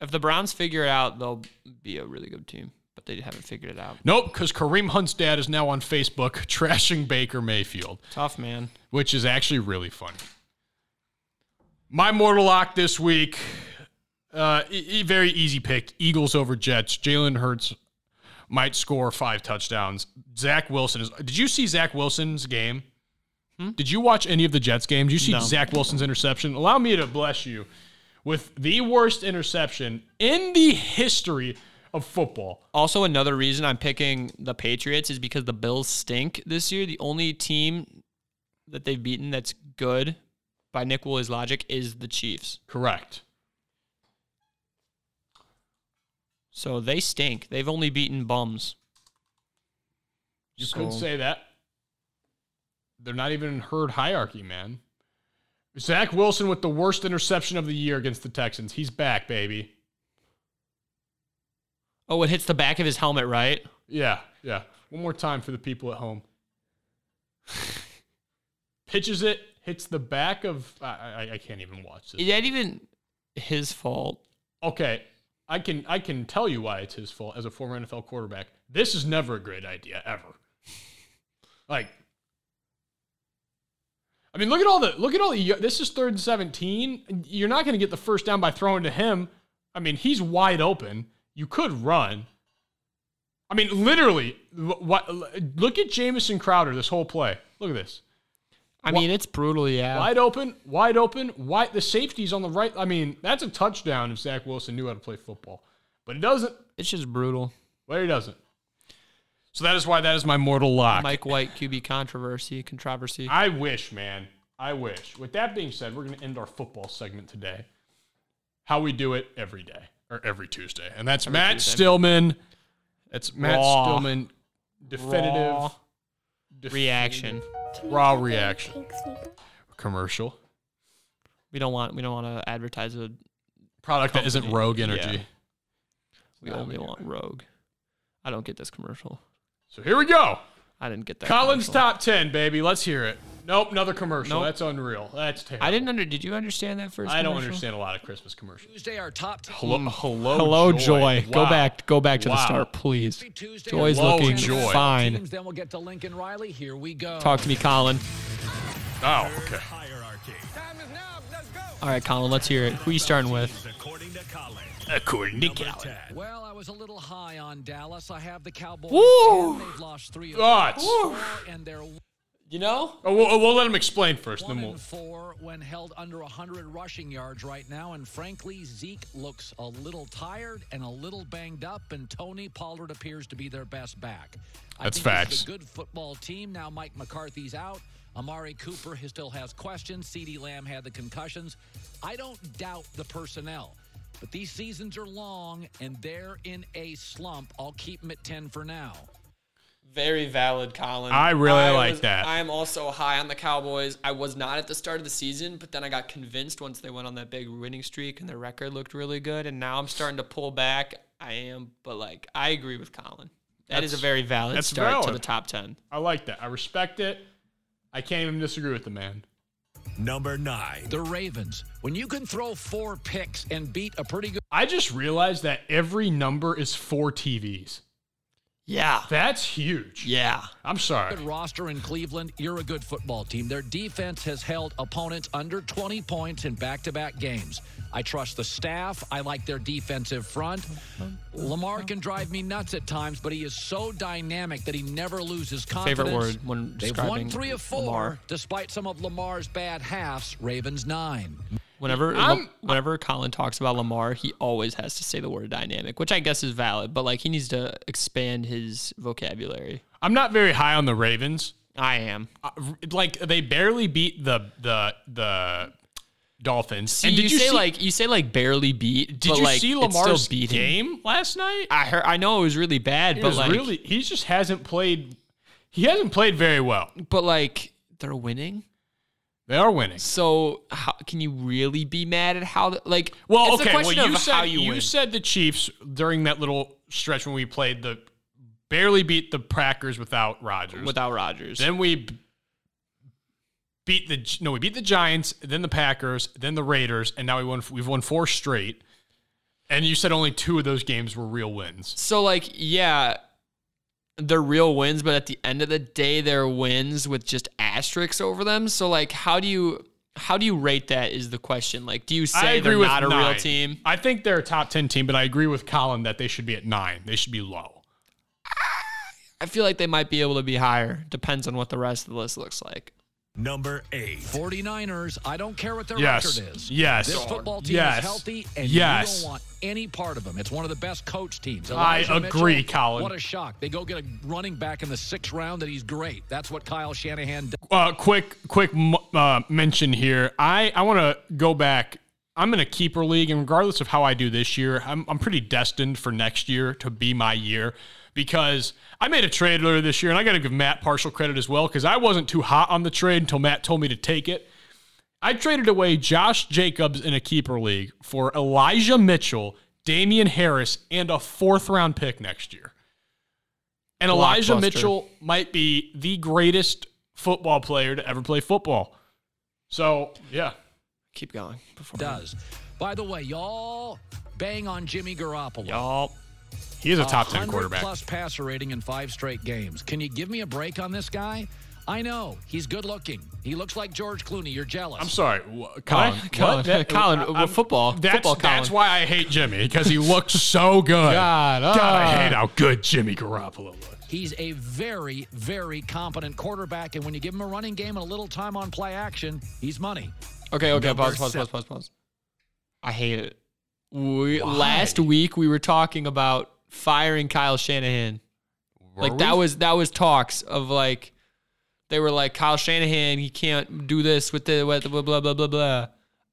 D: If the Browns figure it out, they'll be a really good team. But they haven't figured it out.
C: Nope, because Kareem Hunt's dad is now on Facebook trashing Baker Mayfield,
D: Tough man.
C: which is actually really funny. My mortal lock this week, uh, e- e- very easy pick: Eagles over Jets. Jalen Hurts might score five touchdowns. Zach Wilson is. Did you see Zach Wilson's game? Hmm? Did you watch any of the Jets games? You see Zach Wilson's interception. Allow me to bless you with the worst interception in the history of football.
D: Also, another reason I'm picking the Patriots is because the Bills stink this year. The only team that they've beaten that's good by Nick Woolley's logic is the Chiefs.
C: Correct.
D: So they stink. They've only beaten bums.
C: You
D: So-
C: could say that. They're not even in herd hierarchy, man. Zach Wilson with the worst interception of the year against the Texans. He's back, baby.
D: Oh, it hits the back of his helmet, right?
C: Yeah, yeah. One more time for the people at home. Pitches it, hits the back of. I, I, I can't even watch
D: Is
C: this.
D: that even his fault?
C: Okay, I can I can tell you why it's his fault as a former NFL quarterback. This is never a great idea ever. Like, I mean, look at all the look at all the. This is third and seventeen. You're not going to get the first down by throwing to him. I mean, he's wide open. You could run. I mean, literally, wh- what, look at Jamison Crowder this whole play. Look at this.
D: I mean, it's brutal, yeah.
C: Wide open, wide open, wide. The safety's on the right. I mean, that's a touchdown if Zach Wilson knew how to play football, but he doesn't.
D: It's just brutal.
C: Well, he doesn't. So that is why that is my mortal lock.
D: Mike White QB controversy, controversy.
C: I wish, man. I wish. With that being said, we're going to end our football segment today. How we do it every day or every Tuesday, and that's Matt
D: Tuesday.
C: Stillman. That's Matt
D: Raw.
C: Stillman. Definitive
D: Raw
C: def-
D: Reaction.
C: raw reaction commercial
D: We don't want. We don't want to advertise a
C: product that isn't
D: Company.
C: Rogue
D: Yeah.
C: Energy.
D: We only want Rogue. I don't get this commercial.
C: So here we go.
D: I didn't get that.
C: Collins
D: commercial.
C: top ten, baby. Let's hear it. Nope, another commercial.
D: Nope.
C: That's unreal. That's terrible.
D: I didn't under. Did you understand that first?
C: I don't
D: commercial?
C: understand a lot of Christmas commercials.
E: Tuesday, our top team.
C: Hello, hello,
D: Mm. Hello, Joy. Go
C: Oh, Wow.
D: back. Go back to
C: Wow.
D: the start, please.
E: Tuesday,
D: Joy's
E: our top
D: looking
C: Joy.
D: fine.
E: Teams, then we'll get to Lincoln Riley. Here we go.
D: Talk to me, Colin.
C: Oh, okay.
F: Hierarchy. Time is now. Let's go.
D: All right, Colin. Let's hear it. Who you starting with?
F: According to Colin.
C: According to
F: Number
C: Callie.
F: 10.
E: Well, I was a little high on Dallas. I have the Cowboys.
D: Woo!
E: 10. They've lost three of
C: Thoughts?
E: four, and they're
D: You know?
C: Oh, we'll, we'll let him explain first,
E: One
C: then
E: and
C: we'll.
E: four when held under 100 rushing yards right now, and frankly, Zeke looks a little tired and a little banged up, and Tony Pollard appears to be their best back. I
C: That's
E: think this
C: facts.
E: is a good football team now. Mike McCarthy's out. Amari Cooper he still has questions. Ceedee Lamb had the concussions. I don't doubt the personnel, but these seasons are long and they're in a slump. I'll keep them at 10 for now.
D: Very valid, Colin.
C: I really like
D: was-
C: that.
D: I am also high on the Cowboys. I was not at the start of the season, but then I got convinced once they went on that big winning streak and their record looked really good. And now I'm starting to pull back. I am, but like I agree with Colin. That is a very valid
C: that's
D: start to
C: valid.
D: the top ten.
C: I like that. I respect it. I can't even disagree with the man.
F: Number nine.
E: The Ravens, when you can throw four picks and beat a pretty good.
C: I just realized that every number is four TVs.
D: Yeah,
C: That's huge.
D: yeah.
C: I'm sorry.
E: good roster in Cleveland, you're a good football team. Their defense has held opponents under 20 points in back to back games. I trust the staff. I like their defensive front. Lamar can drive me nuts at times, but he is so dynamic that he never loses confidence.
D: Favorite word when
E: They've
D: describing
E: won three of four,
D: Lamar.
E: despite some of Lamar's bad halves. Ravens nine.
D: Whenever
C: I'm-
D: whenever Colin talks about Lamar, he always has to say the word dynamic, which I guess is valid, but like he needs to expand his vocabulary.
C: I'm not very high on the Ravens.
D: I am.
C: Uh, r- like they barely beat the the the Dolphins.
D: See, you, say like you say like barely beat?
C: Did
D: but,
C: you
D: like,
C: see
D: it's
C: Lamar's
D: still beating.
C: game last night?
D: I heard. I know it was really bad,
C: It
D: but
C: was
D: like,
C: really, he just hasn't played. He hasn't played very well.
D: but like they're winning.
C: They are winning.
D: So how, can you really be mad at how? The, like,
C: Well,
D: it's
C: okay.
D: A question
C: well, you
D: of
C: said
D: how
C: you,
D: you, win.
C: said the Chiefs during that little stretch when we played the barely beat the Packers without Rodgers.
D: without Rodgers.
C: then we b- beat the Gi- no, we beat the Giants, then the Packers, then the Raiders, and now we won. We've won four straight. And you said only two of those games were real wins.
D: So like, yeah, they're real wins, but at the end of the day, they're wins with just asterisks over them. So like, how do you how do you rate that? Is the question. Like, do you
C: I
D: say
C: agree
D: they're
C: with
D: not a real
C: nine.
D: team?
C: I think they're a top ten team, but I agree with Colin that they should be at nine. They should be low.
D: I feel like they might be able to be higher. Depends on what the rest of the list looks like.
F: Number eight.
E: 49ers, I don't care what their
C: Yes.
E: record is.
C: Yes.
E: This football team
C: Yes.
E: is healthy, and
C: Yes.
E: you don't want any part of them. It's one of the best coach teams.
C: I agree, Colin.
E: What a shock. They go get a running back in the sixth round that he's great. That's what Kyle Shanahan does.
C: Uh, quick, quick m- uh, mention here. I I want to go back. I'm in a keeper league, and regardless of how I do this year, I'm I'm pretty destined for next year to be my year because I made a trade earlier this year, and I got to give Matt partial credit as well because I wasn't too hot on the trade until Matt told me to take it. I traded away Josh Jacobs in a keeper league for Elijah Mitchell, Damian Harris, and a fourth round pick next year. And Elijah
D: Blockbuster.
C: Mitchell might be the greatest football player to ever play football. So, yeah.
D: Keep going. Before
E: does. By the way, y'all bang on Jimmy Garoppolo.
D: y'all.
C: He is a top 10
E: 100
C: quarterback.
E: Plus passer rating in five straight games. Can you give me a break on this guy? I know he's good looking. He looks like George Clooney. You're jealous.
C: I'm sorry, wha- Colin.
D: What? Colin, Colin,
C: I'm-
D: well, football-
C: That's,
D: football, Colin.
C: that's why I hate Jimmy because he looks so good.
D: God,
C: I
D: uh.
C: hate how good Jimmy Garoppolo looks.
E: He's a very, very competent quarterback, and when you give him a running game and a little time on play action, he's money.
D: Okay, okay, pause, pause, pause, pause, pause. I hate it. We, last week we were talking about firing Kyle Shanahan. like that was that was talks of like they were like Kyle Shanahan, he can't do this with the with the blah blah blah blah blah.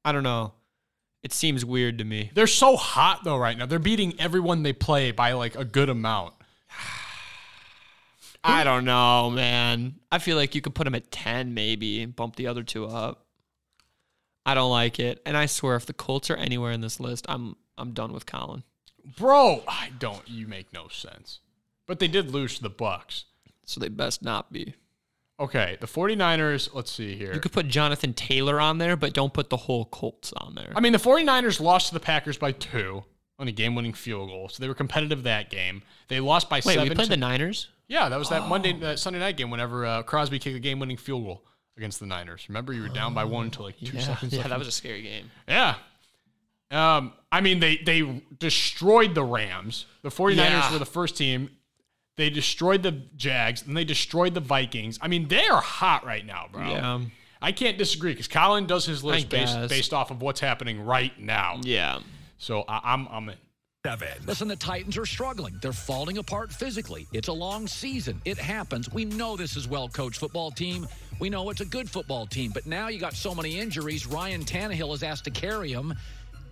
D: I don't know. It seems weird to me.
C: They're so hot though right now. They're beating everyone they play by like a good amount.
D: I don't know, man. I feel like you could put him at 10 maybe and bump the other two up. I don't like it. And I swear if the Colts are anywhere in this list, I'm I'm done with Colin.
C: Bro, I don't you make no sense. But they did lose to the Bucks.
D: So they best not be.
C: Okay, the 49ers, let's see here.
D: You could put Jonathan Taylor on there, but don't put the whole Colts on there.
C: I mean, the 49ers lost to the Packers by 2 on a game-winning field goal. So they were competitive that game. They lost by
D: Wait,
C: 7.
D: we played
C: to-
D: the Oh. Niners?
C: yeah, that was that Monday that Sunday night game whenever uh, Crosby kicked a game-winning field goal against the Niners. Remember you were down by 1 until like 2
D: Yeah,
C: seconds
D: yeah
C: left in
D: that was a scary game.
C: Yeah. Um, I mean, they they destroyed the Rams. The 49ers
D: Yeah.
C: were the first team. They destroyed the Jags and they destroyed the Vikings. I mean, they are hot right now, bro.
D: Yeah.
C: I can't disagree because Colin does his list based,
D: guess.
C: based off of what's happening right now.
D: Yeah.
C: So I, I'm I'm in.
F: seven,
E: Listen, the Titans are struggling. They're falling apart physically. It's a long season. It happens. We know this is well coached football team. We know it's a good football team. But now you got so many injuries. Ryan Tannehill is asked to carry him,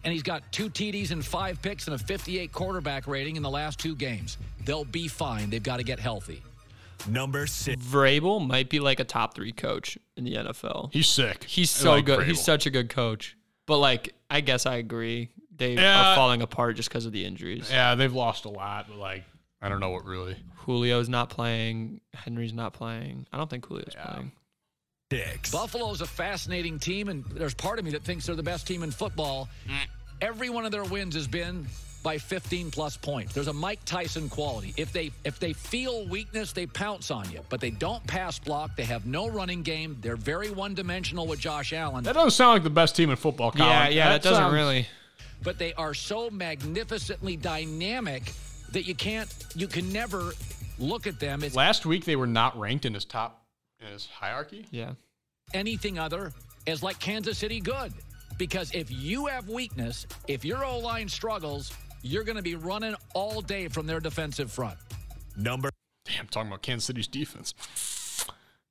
E: and he's got two TDs and five picks and a 58 quarterback rating in the last two games. They'll be fine. They've got to get healthy.
F: number six,
D: Vrabel might be like a top three coach in the NFL.
C: He's sick.
D: He's
C: I
D: so
C: like
D: good.
C: Vrabel.
D: He's such a good coach. But like, I guess I agree. They
C: Yeah.
D: are falling apart just because of the injuries.
C: yeah. They've lost a lot, but like I don't know what really.
D: Julio's not playing. Henry's not playing. I don't think Julio's playing.
F: six,
E: Buffalo's a fascinating team, and there's part of me that thinks they're the best team in football. Every one of their wins has been by 15 plus points. There's a Mike Tyson quality. If they if they feel weakness, they pounce on you. But they don't pass block. They have no running game. They're very one dimensional with Josh Allen.
C: That doesn't sound like the best team in football. Colin.
D: Yeah, yeah, that, doesn't
C: sounds-
D: really.
E: But they are so magnificently dynamic that you can't you can never look at them as
C: Last week they were not ranked in his top in his hierarchy.
D: Yeah.
E: anything other as like Kansas City good. Because if you have weakness, if your O line struggles, you're going to be running all day from their defensive front.
F: number
C: Damn, talking about Kansas City's defense.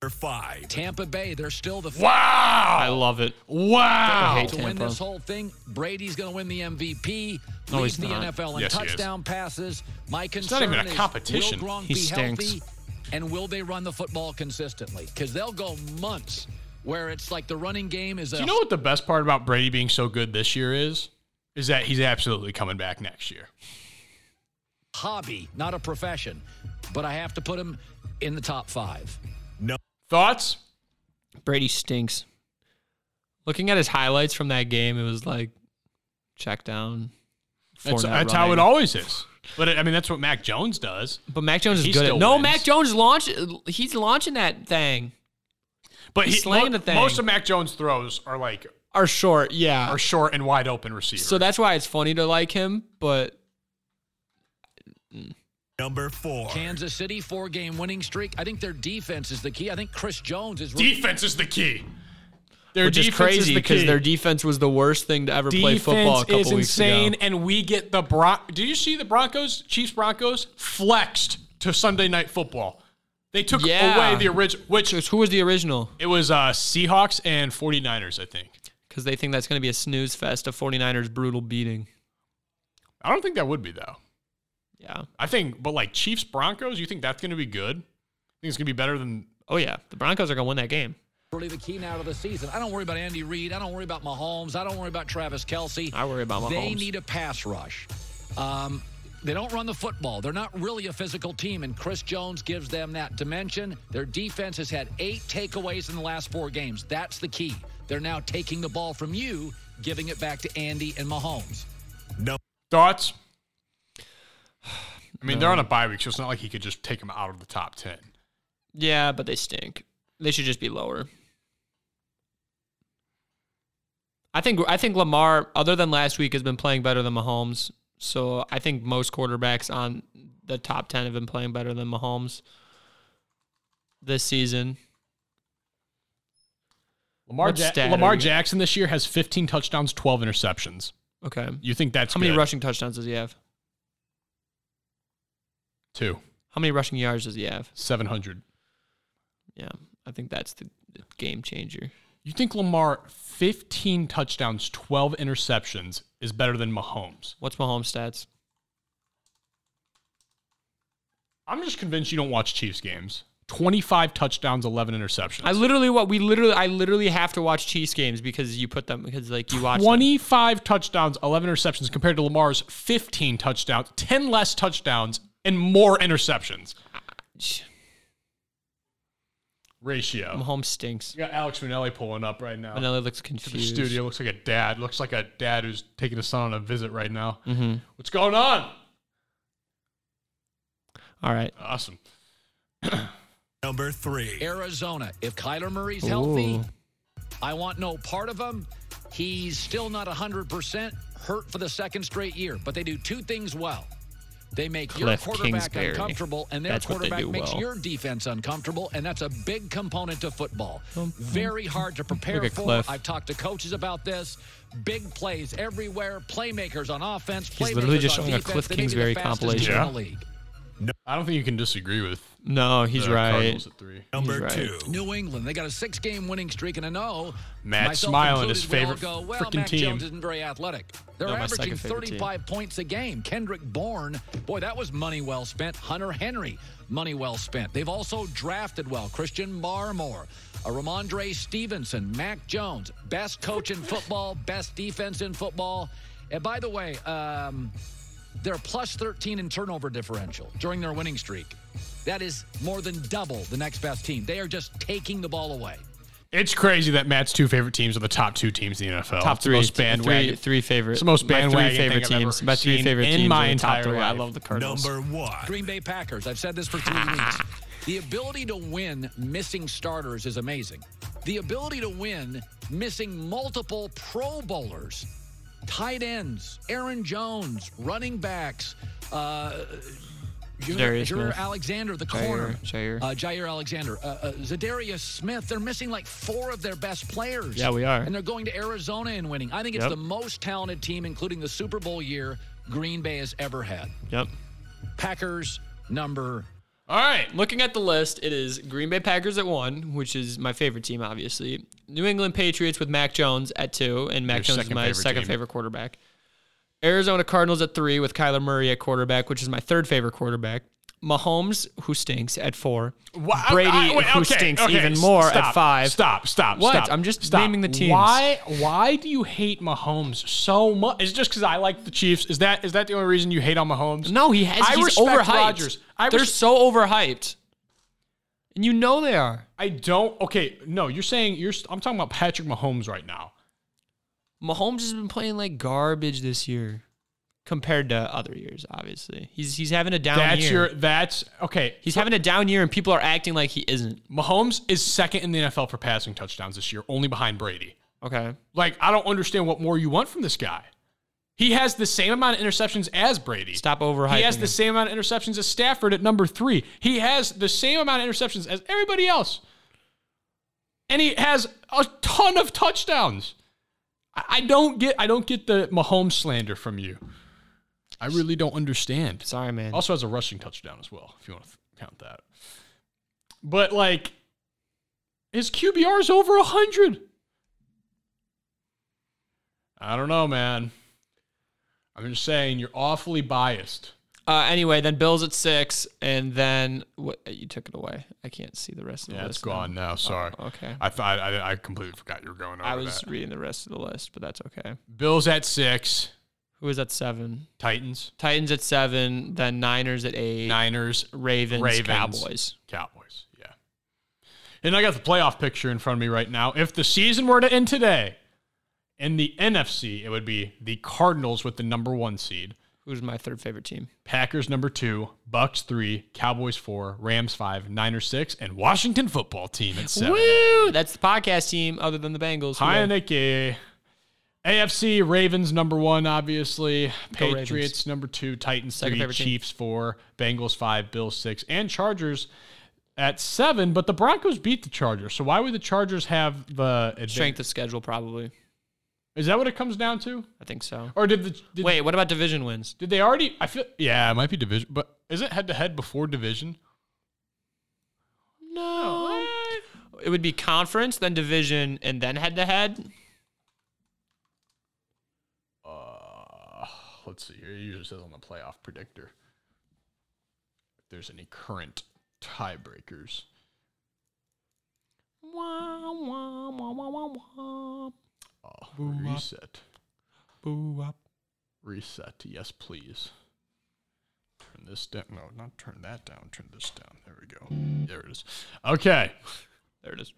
F: five,
E: Tampa Bay, they're still the
C: Wow,
D: I love it.
C: Wow.
D: I hate
E: to win
D: Tampa.
E: this whole thing. Brady's going to win the MVP,
D: No,
E: leads
D: he's
E: the
D: not.
E: NFL in
C: Yes, he is.
E: touchdown passes. My concern
C: not even a
E: is,
C: competition.
E: will Gronk
D: He
E: be
D: stinks.
E: healthy, and will they run the football consistently? Because they'll go months where it's like the running game is a
C: Do you know what the best part about Brady being so good this year is? Is that he's absolutely coming back next year.
E: hobby, not a profession. But I have to put him in the top five.
C: Thoughts?
D: Brady stinks. Looking at his highlights from that game, it was like check down.
C: That's,
D: Fournette
C: that's how it
D: running.
C: always is. But it, I mean, that's what Mac Jones does.
D: But Mac Jones is
C: He
D: good
C: still
D: at No,
C: wins.
D: Mac Jones launch he's launching that thing.
C: But he,
D: He's slaying
C: mo-
D: the thing.
C: most of Mac Jones' throws are like
D: Or short, yeah.
C: are short and wide open receivers.
D: so that's why it's funny to like him, but
F: number four,
E: Kansas City four game winning streak. I think their defense is the key. I think Chris Jones is really
C: defense is the key. Their
D: which is
C: defense
D: crazy
C: the
D: because
C: key.
D: their defense was the worst thing to ever play football a couple
C: is
D: weeks
C: insane,
D: ago.
C: and we get the Bron. Do you see the Broncos, Chiefs, Broncos flexed to Sunday Night Football? They took
D: Yeah.
C: away the original, which
D: Because who was the original?
C: it was uh, Seahawks and 49ers, I think.
D: Because they think that's going to be a snooze fest of 49ers brutal beating.
C: I don't think that would be though.
D: Yeah.
C: I think, but like Chiefs, Broncos, you think that's going to be good? I think it's going to be better than
D: Oh yeah, the Broncos are going to win that game.
E: really the key now to the season. I don't worry about Andy Reid. I don't worry about Mahomes. I don't worry about Travis Kelsey.
D: I worry about Mahomes.
E: They need a pass rush. Um, they don't run the football. They're not really a physical team, and Chris Jones gives them that dimension. Their defense has had eight takeaways in the last four games. That's the key. They're now taking the ball from you, giving it back to Andy and Mahomes.
C: thoughts. I mean, they're on a bye week, so it's not like he could just take them out of the top ten.
D: Yeah, but they stink. They should just be lower. I think I think Lamar, other than last week, has been playing better than Mahomes. So I think most quarterbacks on the top ten have been playing better than Mahomes this season.
C: Lamar,
D: What
C: Ja-
D: stat are
C: Lamar
D: you-
C: Jackson this year has 15 touchdowns, 12 interceptions.
D: Okay, how
C: You think that's
D: many
C: good?
D: rushing touchdowns does he have?
C: Two,
D: How many rushing yards does he have?
C: 700.
D: Yeah, I think that's the, the game changer.
C: You think Lamar 15 touchdowns, 12 interceptions is better than Mahomes?
D: What's Mahomes' stats?
C: I'm just convinced you don't watch Chiefs games. 25 touchdowns, 11 interceptions.
D: I literally what we literally I literally have to watch Chiefs games because you put them because like you watch them.
C: 25 touchdowns, 11 interceptions compared to Lamar's 15 touchdowns, 10 less touchdowns, and more interceptions. Ratio.
D: Mahomes stinks.
C: You got Alex Manelli pulling up right now.
D: Manelli looks
C: to the
D: confused.
C: studio. Looks like a dad. Looks like a dad who's taking his son on a visit right now.
D: Mm-hmm.
C: What's going on?
D: All right.
C: Awesome.
F: number three,
E: Arizona. If Kyler Murray's healthy, I want no part of him. He's still not 100% hurt for the second straight year, but they do two things well. They make
D: Cliff
E: your quarterback
D: Kingsbury.
E: uncomfortable, and their
D: That's what they
E: quarterback
D: do
E: makes
D: well.
E: your defense uncomfortable, and that's a big component to football. Very hard to prepare
D: Oh, Look at
E: for.
D: Cliff.
E: I've talked to coaches about this. Big plays everywhere, playmakers on offense, playmakers
D: He's literally just
E: on
D: showing a
E: defense.
D: Cliff
E: They may be the
D: Kingsbury
E: fastest
D: compilation.
E: team in the
C: Yeah.
E: league.
C: I don't think you can disagree with
D: No, he's
C: the
D: right.
C: Uh, Cardinals at three.
F: Number
D: right.
F: two.
E: New England. They got a six-game winning streak and a no.
C: Matt
E: Myself
C: Smilin, his
E: included, we all
C: favorite
E: go, well,
C: frickin'
E: Mac
C: team.
E: Jones isn't very athletic. They're
D: No, my
E: averaging
D: second favorite team.
E: 35 points a game. Kendrick Bourne, boy, that was money well spent. Hunter Henry, money well spent. They've also drafted well. Christian Barmore, a Ramondre Stevenson, Mac Jones, best coach in football, best defense in football. And by the way, um, they're plus 13 in turnover differential during their winning streak. That is more than double the next best team. They are just taking the ball away.
C: It's crazy that Matt's two favorite teams are the top two teams in the NFL.
D: Top
C: It's the
D: three,
C: most bandwagon.
D: three, three favorite.
C: It's the most
D: my
C: bandwagon
D: three favorite
C: thing I've
D: teams.
C: ever
D: my three
C: seen
D: favorite
C: in
D: teams are
C: my
D: the top
C: entire
D: three. I
C: life.
D: love the Cardinals.
F: Number one.
E: Green Bay Packers. I've said this for three weeks. The ability to win missing starters is amazing. The ability to win missing multiple Pro Bowlers, tight ends, Aaron Jones, running backs, uh, Jair,
D: Darius
E: Jair
D: Smith.
E: Alexander, the corner,
D: Jair.
E: Uh, Jair Alexander, uh, uh, Zadarius Smith. They're missing like four of their best players.
D: Yeah, we are.
E: And they're going to Arizona and winning. I think it's
D: Yep.
E: the most talented team, including the Super Bowl year, Green Bay has ever had.
D: Yep.
E: Packers number.
C: All right.
D: Looking at the list, it is Green Bay Packers at one, which is my favorite team, obviously. New England Patriots with Mac Jones at two, and Mac
C: Your
D: Jones is
C: second
D: my
C: favorite
D: second
C: team.
D: favorite quarterback. Arizona Cardinals at three with Kyler Murray at quarterback, which is my third favorite quarterback. Mahomes, who stinks, at four.
C: Wha- I-
D: Brady,
C: I- wait,
D: who
C: okay,
D: stinks
C: okay,
D: even
C: s-
D: more at
C: stop,
D: five.
C: Stop, stop,
D: What?
C: stop.
D: I'm just
C: stop.
D: naming the teams.
C: Why why do you hate Mahomes so much? Is it just because I like the Chiefs? Is that is that the only reason you hate on Mahomes?
D: No, he has.
C: I
D: he's
C: respect
D: overhyped.
C: Rodgers. I
D: They're
C: res-
D: so overhyped, and you know they are.
C: I don't okay, no, you're saying you're st- I'm talking about Patrick Mahomes right now.
D: Mahomes has been playing like garbage this year compared to other years. Obviously, he's he's having a down
C: that's
D: year.
C: your that's okay.
D: he's having a down year, and people are acting like he isn't.
C: Mahomes is second in the NFL for passing touchdowns this year, only behind Brady.
D: Okay,
C: Like, I don't understand what more you want from this guy. He has the same amount of interceptions as Brady.
D: stop overhyping.
C: He has
D: him.
C: the same amount of interceptions as Stafford at number three. He has the same amount of interceptions as everybody else. And he has a ton of touchdowns. I I don't get I don't get the Mahomes slander from you. I really don't understand.
D: Sorry, man.
C: Also has a rushing touchdown as well, if you want to count that. But like, his QBR is over hundred. I don't know, man. I'm just saying you're awfully biased.
D: uh, anyway, then Bills at six, and then what? You took it away. I can't see the rest of the
C: Yeah, it's
D: list.
C: gone now. Sorry.
D: okay.
C: I thought I, I completely forgot you were going over
D: I was
C: that.
D: reading the rest of the list, but that's okay.
C: Bills at six,
D: Who is at seven?
C: Titans,
D: Titans at seven, then Niners at eight,
C: Niners,
D: Ravens,
C: Ravens.
D: Cowboys.
C: Cowboys. Yeah. And I got the playoff picture in front of me right now. If the season were to end today, in the NFC, it would be the Cardinals with the number one seed,
D: Who's my third favorite team?
C: Packers number two, Bucks three, Cowboys four, Rams five, Niners six, and Washington football team at seven.
D: Woo! That's the podcast team, other than the Bengals. who
C: Hi,
D: are-
C: Nikki. AFC Ravens number one, obviously.
D: Go Ravens.
C: Patriots number two, Titans
D: Second
C: three,
D: favorite team.
C: Chiefs four, Bengals five, Bills six, and Chargers at seven. But the Broncos beat the Chargers, so why would the Chargers have the advantage?
D: Strength of schedule, probably.
C: Is that what it comes down to,
D: I think so.
C: or did the did,
D: Wait, what about division wins?
C: Did they already? I feel yeah, it might be division, but is it head to head before division?
D: No. It would be conference, then division, and then head to head.
C: Uh, Let's see here. It usually says on the playoff predictor if there's any current tiebreakers. Oh, reset. Reset. Yes, please. Turn this down. No, not turn that down. Turn this down. There we go. There it is. Okay.
D: There it is.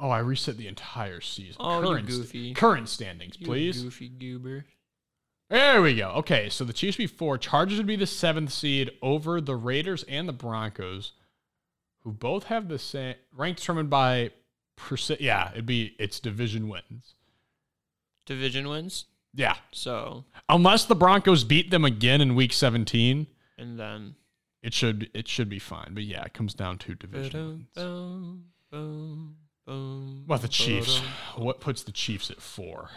C: Oh, I reset the entire season.
D: Oh, you
C: st-
D: goofy.
C: current standings, please.
D: goofy goober.
C: There we go. Okay, so the Chiefs would be four. Chargers would be the seventh seed over the Raiders and the Broncos, who both have the same rank determined by percent. Yeah, it'd be it's division wins.
D: Division wins.
C: Yeah.
D: So
C: Unless the Broncos beat them again in week 17,
D: and then
C: it should it should be fine. But yeah, it comes down to division.
D: boom,
C: wins.
D: boom, boom, boom.
C: Well, the Chiefs. What puts the Chiefs at 4?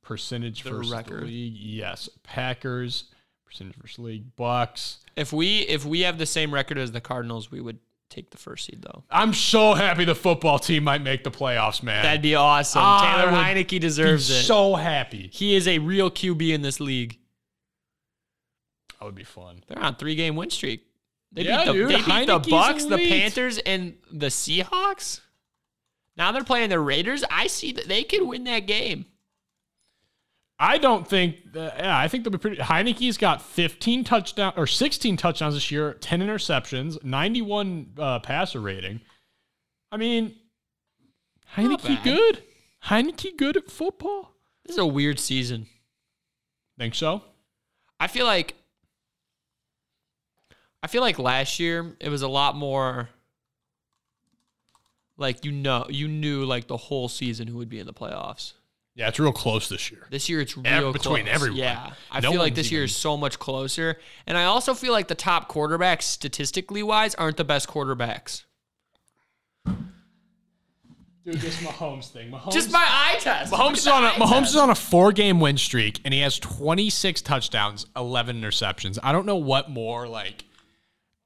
C: Percentage
D: Their
C: versus
D: record.
C: the league. Yes. Packers, percentage versus league. Bucks.
D: If we if we have the same record as the Cardinals, we would take the first seed though.
C: I'm so happy the football team might make the playoffs, man.
D: That'd be awesome.
C: Ah, I
D: Taylor
C: would
D: Heineke
C: Be
D: deserves it.
C: so happy.
D: he is a real QB in this league.
C: That would be fun.
D: They're on three game win streak. They
C: Yeah,
D: beat the,
C: dude,
D: they beat the
C: Heineke's
D: Bucks, the
C: elite.
D: Panthers, and the Seahawks. Now they're playing the Raiders. I see that they could win that game.
C: I don't think. That, yeah, I think they'll be pretty. Heineke's got 15 touchdowns or 16 touchdowns this year, 10 interceptions, 91 uh, passer rating. I mean, Heineke
D: bad.
C: good. Heineke good at football.
D: This is a weird season.
C: Think so?
D: I feel like I feel like last year it was a lot more like you know you knew like the whole season who would be in the playoffs.
C: Yeah, it's real close this year.
D: This year it's real
C: Ev- between
D: close.
C: everyone.
D: Yeah, I
C: No
D: feel like
C: one's
D: this year
C: even-
D: is so much closer, and I also feel like the top quarterbacks, statistically wise, aren't the best quarterbacks.
C: Dude, this Mahomes thing. Mahomes,
D: Just by eye test.
C: Mahomes is on a Mahomes is on a four game win streak, and he has 26 touchdowns, 11 interceptions. I don't know what more like.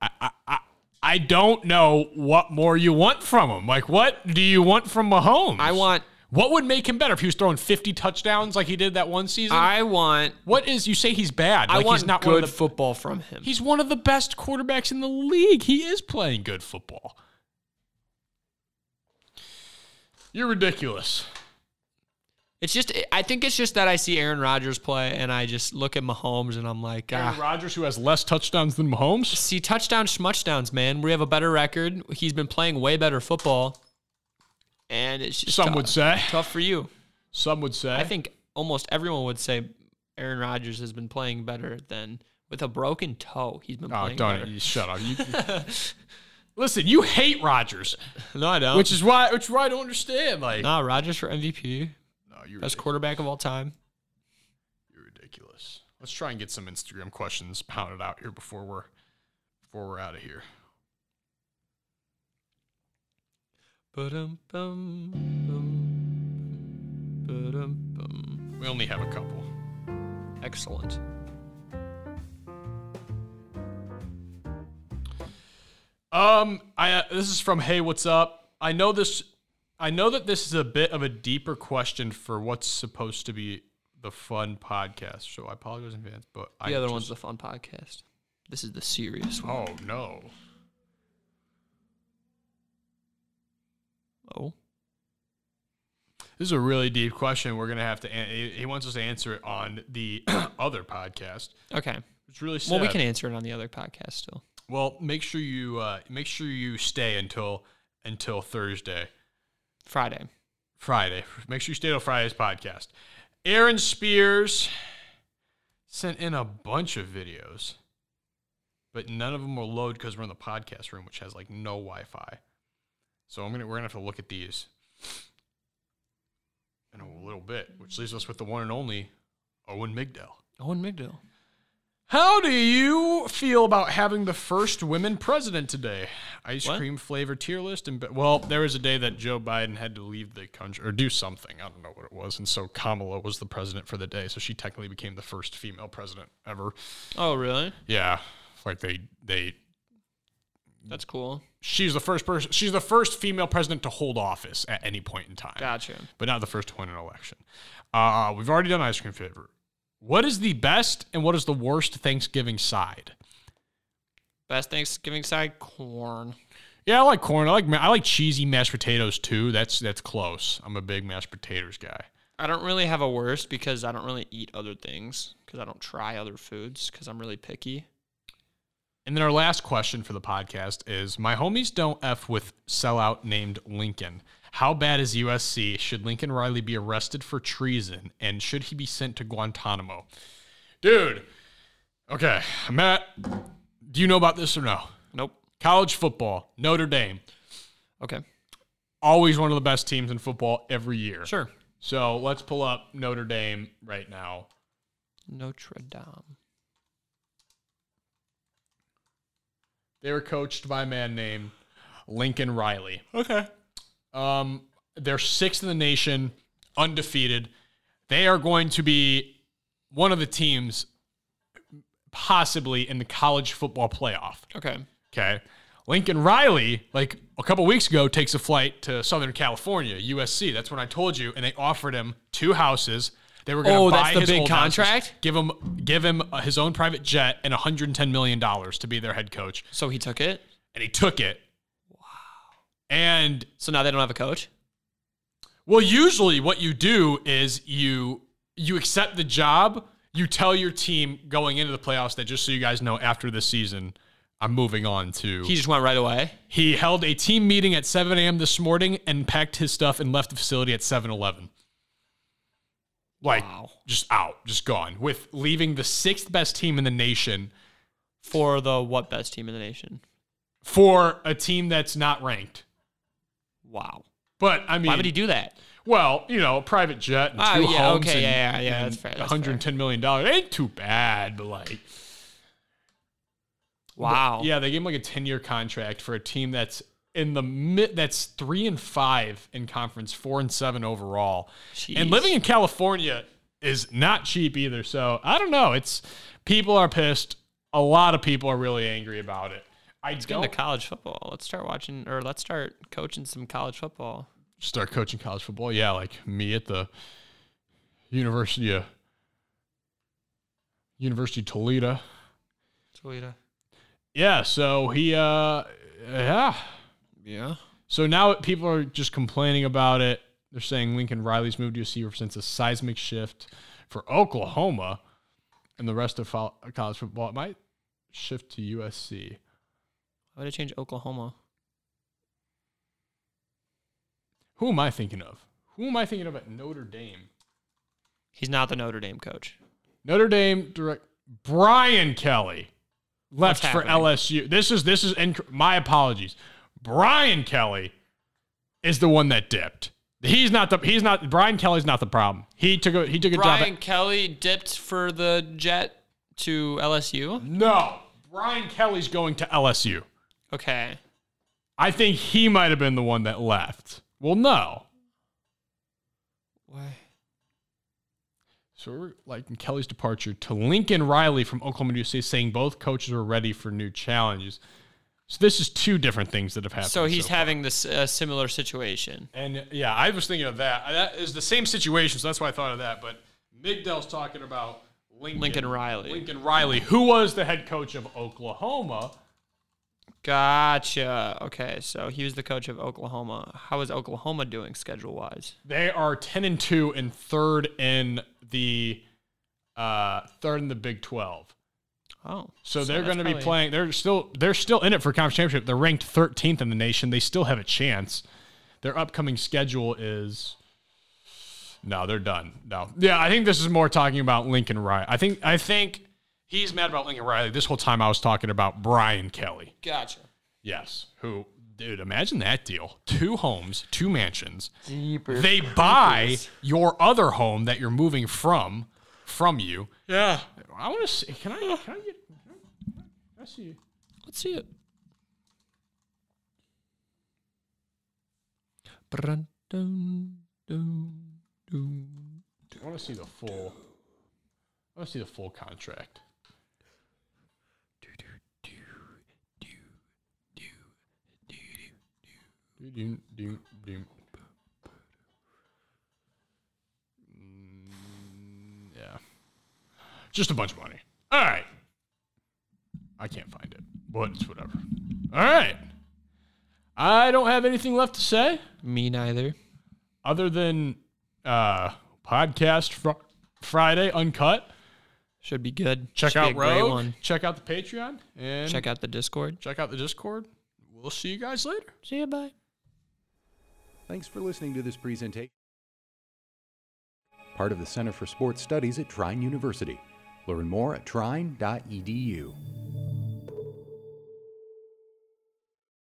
C: I I I, I don't know what more you want from him. Like, what do you want from Mahomes?
D: I want.
C: What would make him better if he was throwing 50 touchdowns like he did that one season?
D: I want.
C: what is you say he's bad?
D: I
C: like
D: want
C: he's not
D: good
C: one of the,
D: football from him.
C: He's one of the best quarterbacks in the league. He is playing good football. You're ridiculous.
D: It's just. I think it's just that I see Aaron Rodgers play, and I just look at Mahomes, and I'm like,
C: Aaron
D: ah.
C: Rodgers, who has less touchdowns than Mahomes.
D: see touchdown schmuchdowns, man. We have a better record. He's been playing way better football, and it's just
C: Some
D: tough-
C: would say.
D: tough for you.
C: Some would say.
D: I think almost everyone would say Aaron Rodgers has been playing better than with a broken toe. He's been
C: Oh,
D: playing
C: don't
D: better.
C: you shut up. You, listen, you hate Rodgers,
D: No, I don't.
C: which is why which is why I don't understand. Like,
D: nah, Rodgers for MVP,
C: no, you're,
D: best quarterback of all time.
C: you're ridiculous. Let's try and get some Instagram questions pounded out here before we're before we're out of here.
D: Ba-dum, bum, bum, ba-dum, bum.
C: We only have a couple.
D: Excellent.
C: Um, I uh, this is from Hey, what's up? I know this. I know that this is a bit of a deeper question for what's supposed to be the fun podcast. So I apologize in advance, but
D: The
C: I
D: other
C: just-
D: one's the fun podcast. This is the serious one.
C: Oh no!
D: Oh.
C: This is a really deep question. We're gonna have to. An- he- he wants us to answer it on the other podcast.
D: Okay.
C: It's really sad.
D: Well, we can answer it on the other podcast still.
C: Well, make sure you uh, make sure you stay until until Thursday.
D: Friday.
C: Friday. Make sure you stay till Friday's podcast. Aaron Spears sent in a bunch of videos, but none of them will load because we're in the podcast room, which has like no Wi-Fi. So I'm gonna we're gonna have to look at these in a little bit, which leaves us with the one and only Owen Migdell.
D: Owen Migdal.
C: How do you feel about having the first women president today? Ice
D: What?
C: cream flavor tier list and well, there was a day that Joe Biden had to leave the country or do something. I don't know what it was, and so Kamala was the president for the day, so she technically became the first female president ever.
D: Oh, really?
C: Yeah, like they they Mm.
D: That's cool.
C: she's the first person she's the first female president to hold office at any point in time
D: Gotcha.
C: but not the first to win an election. Uh, we've already done ice cream flavor. What is the best and what is the worst Thanksgiving side?
D: Best Thanksgiving side corn.
C: Yeah, I like corn. I like ma- I like cheesy mashed potatoes too. That's that's close. I'm a big mashed potatoes guy.
D: I don't really have a worst because I don't really eat other things because I don't try other foods because I'm really picky.
C: And then our last question for the podcast is: My homies don't f with sellout named Lincoln. How bad is USC? Should Lincoln Riley be arrested for treason, and should he be sent to Guantanamo? Dude, okay, Matt, do you know about this or no?
D: Nope.
C: College football, Notre Dame,
D: Okay.
C: always one of the best teams in football every year.
D: Sure.
C: So let's pull up Notre Dame right now.
D: Notre Dame.
C: They were coached by a man named Lincoln Riley. Okay. Um, they're sixth in the nation, undefeated. They are going to be one of the teams possibly in the college football playoff.
D: Okay.
C: Okay. Lincoln Riley, like a couple weeks ago, takes a flight to Southern California, USC. That's when I told you, and they offered him two houses. They were going to
D: Oh,
C: buy
D: that's the
C: his
D: big
C: old houses,
D: contract?
C: give him give him uh, his own private jet and 110 million dollars to be their head coach,
D: So he took it.
C: and he took it. Wow. And
D: So now they don't have a coach.
C: well, usually what you do is you you accept the job. You tell your team going into the playoffs that just so you guys know, after this season, I'm moving on to
D: He just went right away.
C: He held a team meeting at 7 a.m. this morning and packed his stuff and left the facility at 7 11. Like,
D: Wow.
C: just out, just gone, with leaving the sixth best team in the nation
D: For the what best team in the nation?
C: for a team that's not ranked.
D: Wow.
C: But I mean,
D: Why would he do that?
C: well, you know, a private jet and
D: Oh,
C: two
D: yeah,
C: homes
D: okay,
C: and,
D: yeah, yeah, yeah, that's
C: and
D: fair, that's
C: 110 million dollars ain't too bad, but like,
D: Wow.
C: yeah, they gave him like a 10 year contract for a team that's in the mid, that's three and five in conference, four and seven overall. And
D: Jeez.
C: living in California is not cheap either. So I don't know. It's people are pissed. A lot of people are really angry about it. I
D: Get into
C: don't
D: college football. Let's start watching or let's start coaching some college football.
C: start coaching college football. Yeah, like me at the University of University of Toledo.
D: Toledo.
C: Yeah, so he uh yeah.
D: Yeah.
C: So now people are just complaining about it. They're saying Lincoln Riley's moved to receiver since a seismic shift for Oklahoma and the rest of fo- college football. It might shift to USC.
D: Why would I change Oklahoma?
C: Who am I thinking of? Who am I thinking of at Notre Dame?
D: He's not the Notre Dame coach.
C: Notre Dame direct Brian Kelly left
D: What's
C: for
D: happening?
C: LSU. This is this is inc- my apologies. Brian Kelly is the one that dipped. He's not the he's not Brian Kelly's not the problem. He took a he took a job.
D: Brian
C: At,
D: Kelly dipped for the jet to LSU.
C: no, Brian Kelly's going to LSU.
D: Okay.
C: I think he might have been the one that left. Well, no.
D: Why?
C: So we're like in Kelly's departure to Lincoln Riley from Oklahoma USA saying both coaches are ready for new challenges. So this is two different things that have happened.
D: So he's
C: far.
D: having this uh, similar situation.
C: And yeah, I was thinking of that. That is the same situation, so that's why I thought of that. But Migdell's talking about Lincoln,
D: Lincoln Riley.
C: Lincoln Riley, who was the head coach of Oklahoma.
D: Gotcha. Okay, so he was the coach of Oklahoma. How is Oklahoma doing schedule wise?
C: They are ten and two and third in the uh, third in the Big Twelve.
D: Oh,
C: So, they're
D: that's
C: going to be
D: probably-
C: playing. They're still they're still in it for conference championship. They're ranked 13th in the nation. They still have a chance. Their upcoming schedule is no, they're done. No, yeah, I think this is more talking about Lincoln Riley. I think I think he's mad about Lincoln Riley. This whole time I was talking about Brian Kelly.
D: Gotcha.
C: Yes, who dude? Imagine that deal: two homes, two mansions. They buy your other home that you're moving from from you.
D: Yeah.
C: I want to see. Can I? Can I get? Can I see you?
D: Let's see it. Brun, dun, dun, dun.
C: I want to see the full. I want to see the full contract. Do, do, do, do. Mm, Yeah, just a bunch of money. All right, I can't find it, but it's whatever. All right, I don't have anything left to say
D: Me neither.
C: other than uh, podcast fr- Friday uncut.
D: Should be good.
C: Check
D: Should be
C: out
D: a great
C: Rogue.
D: one.
C: Check out the Patreon and
D: Check out the Discord.
C: check out the Discord. We'll see you guys later.
D: See you. Bye.
A: Thanks for listening to this presentation. E Part of the Center for Sports Studies at Trine University. Learn more at trine.edu.